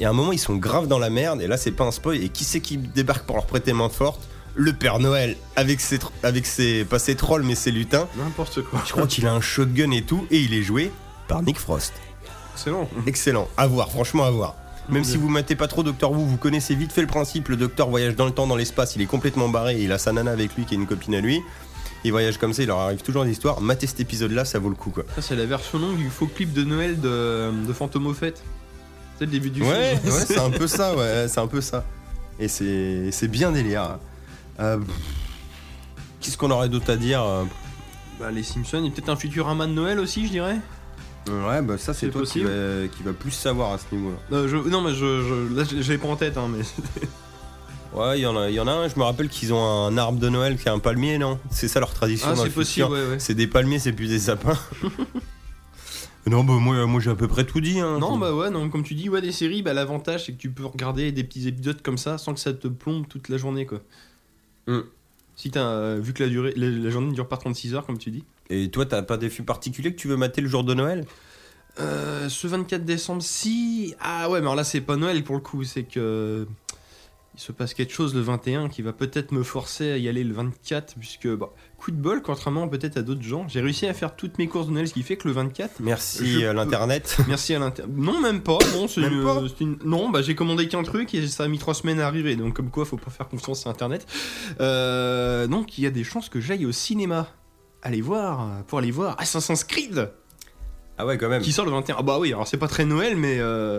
C: Et à un moment, ils sont graves dans la merde, et là, c'est pas un spoil. Et qui c'est qui débarque pour leur prêter main forte Le Père Noël, avec ses, tr- avec ses. pas ses trolls, mais ses lutins.
D: N'importe quoi.
C: Je crois qu'il a un shotgun et tout, et il est joué par Nick Frost.
D: Excellent.
C: Excellent, à voir, franchement à voir. Même si vous matez pas trop Docteur Who, vous connaissez vite fait le principe, le docteur voyage dans le temps, dans l'espace, il est complètement barré, il a sa nana avec lui qui est une copine à lui. Il voyage comme ça, il leur arrive toujours des histoires. Matez cet épisode là, ça vaut le coup quoi.
D: Ça, c'est la version longue du faux clip de Noël de, de Fantôme aux Fêtes. C'est le début du
C: ouais,
D: film.
C: ouais, c'est un peu ça, ouais, c'est un peu ça. Et c'est c'est bien délire. Euh, pff, Qu'est-ce qu'on aurait d'autre à dire euh,
D: Bah, les Simpsons, et peut-être un Futurama de Noël aussi, je dirais.
C: Ouais, bah ça c'est
D: C'est
C: toi qui
D: possible.
C: va, qui va plus savoir à ce niveau-là.
D: Euh, je- non, mais je, je- là, je- je l'ai pas en tête, hein, mais.
C: Ouais, il y, en a- il y en a un, je me rappelle qu'ils ont un arbre de Noël qui est un palmier, non C'est ça leur tradition
D: Ah,
C: dans
D: c'est
C: le futur.
D: possible, ouais, ouais.
C: C'est des palmiers, c'est plus des sapins. non, bah moi, moi j'ai à peu près tout dit. Hein.
D: Non, bah ouais, non, comme tu dis, ouais, des séries, bah l'avantage c'est que tu peux regarder des petits épisodes comme ça sans que ça te plombe toute la journée, quoi.
C: Mm.
D: Si t'as. euh, vu que la, durée, la, la journée ne dure pas 36 heures, comme tu dis.
C: Et toi, t'as pas des films particuliers que tu veux mater le jour de Noël
D: Euh, ce 24 décembre, si. Ah ouais, mais alors là, c'est pas Noël pour le coup, c'est que. Il se passe quelque chose le 21 qui va peut-être me forcer à y aller le 24, puisque, bah, coup de bol, contrairement peut-être à d'autres gens, j'ai réussi à faire toutes mes courses de Noël, ce qui fait que le 24.
C: Merci
D: Je
C: euh,
D: peux-
C: l'internet.
D: Merci à l'inter. Non, même pas. Non, c'est
C: Même
D: une-
C: pas
D: c'est une- non bah, j'ai commandé qu'un truc et ça a mis trois semaines à arriver. Donc, comme quoi, faut pas faire confiance à Internet. Euh, Donc, il y a des chances que j'aille au cinéma. Allez voir, pour aller voir Assassin's Creed
C: Ah ouais, quand même.
D: qui sort le 21. Ah bah oui, alors c'est pas très Noël, mais. euh,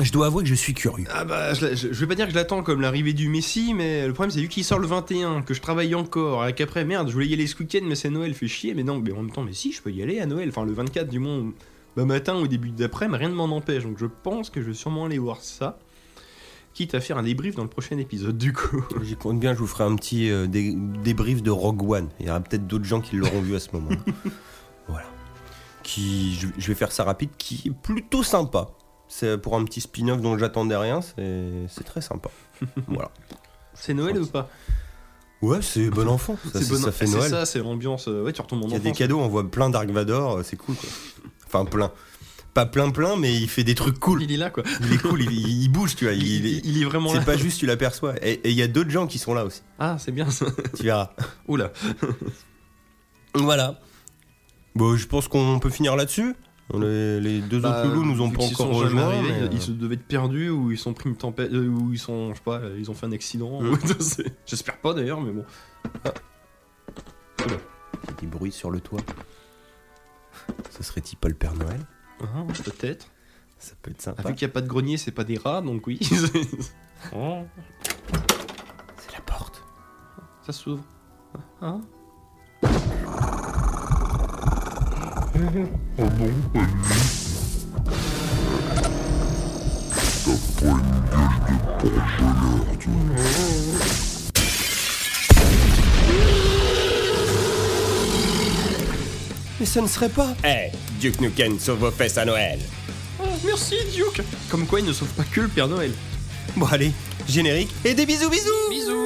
C: Je dois avouer que je suis curieux.
D: Ah bah, je, la- je- je vais pas dire que je l'attends comme l'arrivée du Messi, mais le problème c'est vu qu'il sort le 21, que je travaille encore, et qu'après, merde, je voulais y aller ce week-end, mais c'est Noël, fait chier, mais non, mais en même temps, mais si, je peux y aller à Noël, enfin le 24 du moins, bah, matin ou début d'après, mais rien ne m'en empêche, donc je pense que je vais sûrement aller voir ça, quitte à faire un débrief dans le prochain épisode du coup.
C: J'y compte bien, je vous ferai un petit euh, dé- débrief de Rogue One. Il y aura peut-être d'autres gens qui l'auront vu à ce moment. voilà. Qui, je, je vais faire ça rapide, qui est plutôt sympa. C'est pour un petit spin-off dont j'attendais rien, c'est c'est très sympa. voilà.
D: C'est Noël ou pas
C: Ouais, c'est bon enfant. Ça,
D: C'est
C: c'est-
D: bon-
C: ça fait
D: c'est
C: Noël.
D: ça, c'est l'ambiance, euh, ouais, tu retombes en
C: Il y a des
D: enfance.
C: cadeaux, on voit plein Dark Vador, euh, c'est cool quoi. Enfin, plein. Pas plein, plein, mais il fait des trucs cool.
D: Il est là quoi.
C: Il est cool, il, il bouge, tu vois.
D: Il,
C: Il, est-
D: il- il est vraiment là.
C: c'est pas juste, tu l'aperçois. Et et il y a d'autres gens qui sont là aussi.
D: Ah, c'est bien ça.
C: Tu verras.
D: Oula.
C: Voilà. Bon, je pense qu'on peut finir là-dessus. Les, les deux
D: Bah,
C: autres loulous nous ont
D: vu
C: pas
D: qu'ils
C: encore
D: sont jamais
C: rejoints.
D: arrivés,
C: mais, euh,
D: Ils se devaient être perdus ou ils sont pris une tempête euh, ou ils sont, je sais pas, euh, ils ont fait un accident.
C: Mm.
D: ou- c'est- J'espère pas d'ailleurs, mais bon.
C: euh, Des bruits sur le toit. Ce serait-il pas le Père Noël
D: Ah, Peut-être.
C: Ça peut être
D: Ah,
C: sympa.
D: vu qu'il n'y a pas de grenier, c'est pas des rats, donc oui.
C: Oh. C'est la porte.
D: Ça s'ouvre. Ah.
C: Mais ça ne serait pas. Eh, Duke Nukem sauve vos fesses à Noël.
D: Oh, merci Duke Comme quoi, ils ne sauvent pas que le Père Noël.
C: Bon, allez, générique et des bisous, bisous
D: Bisous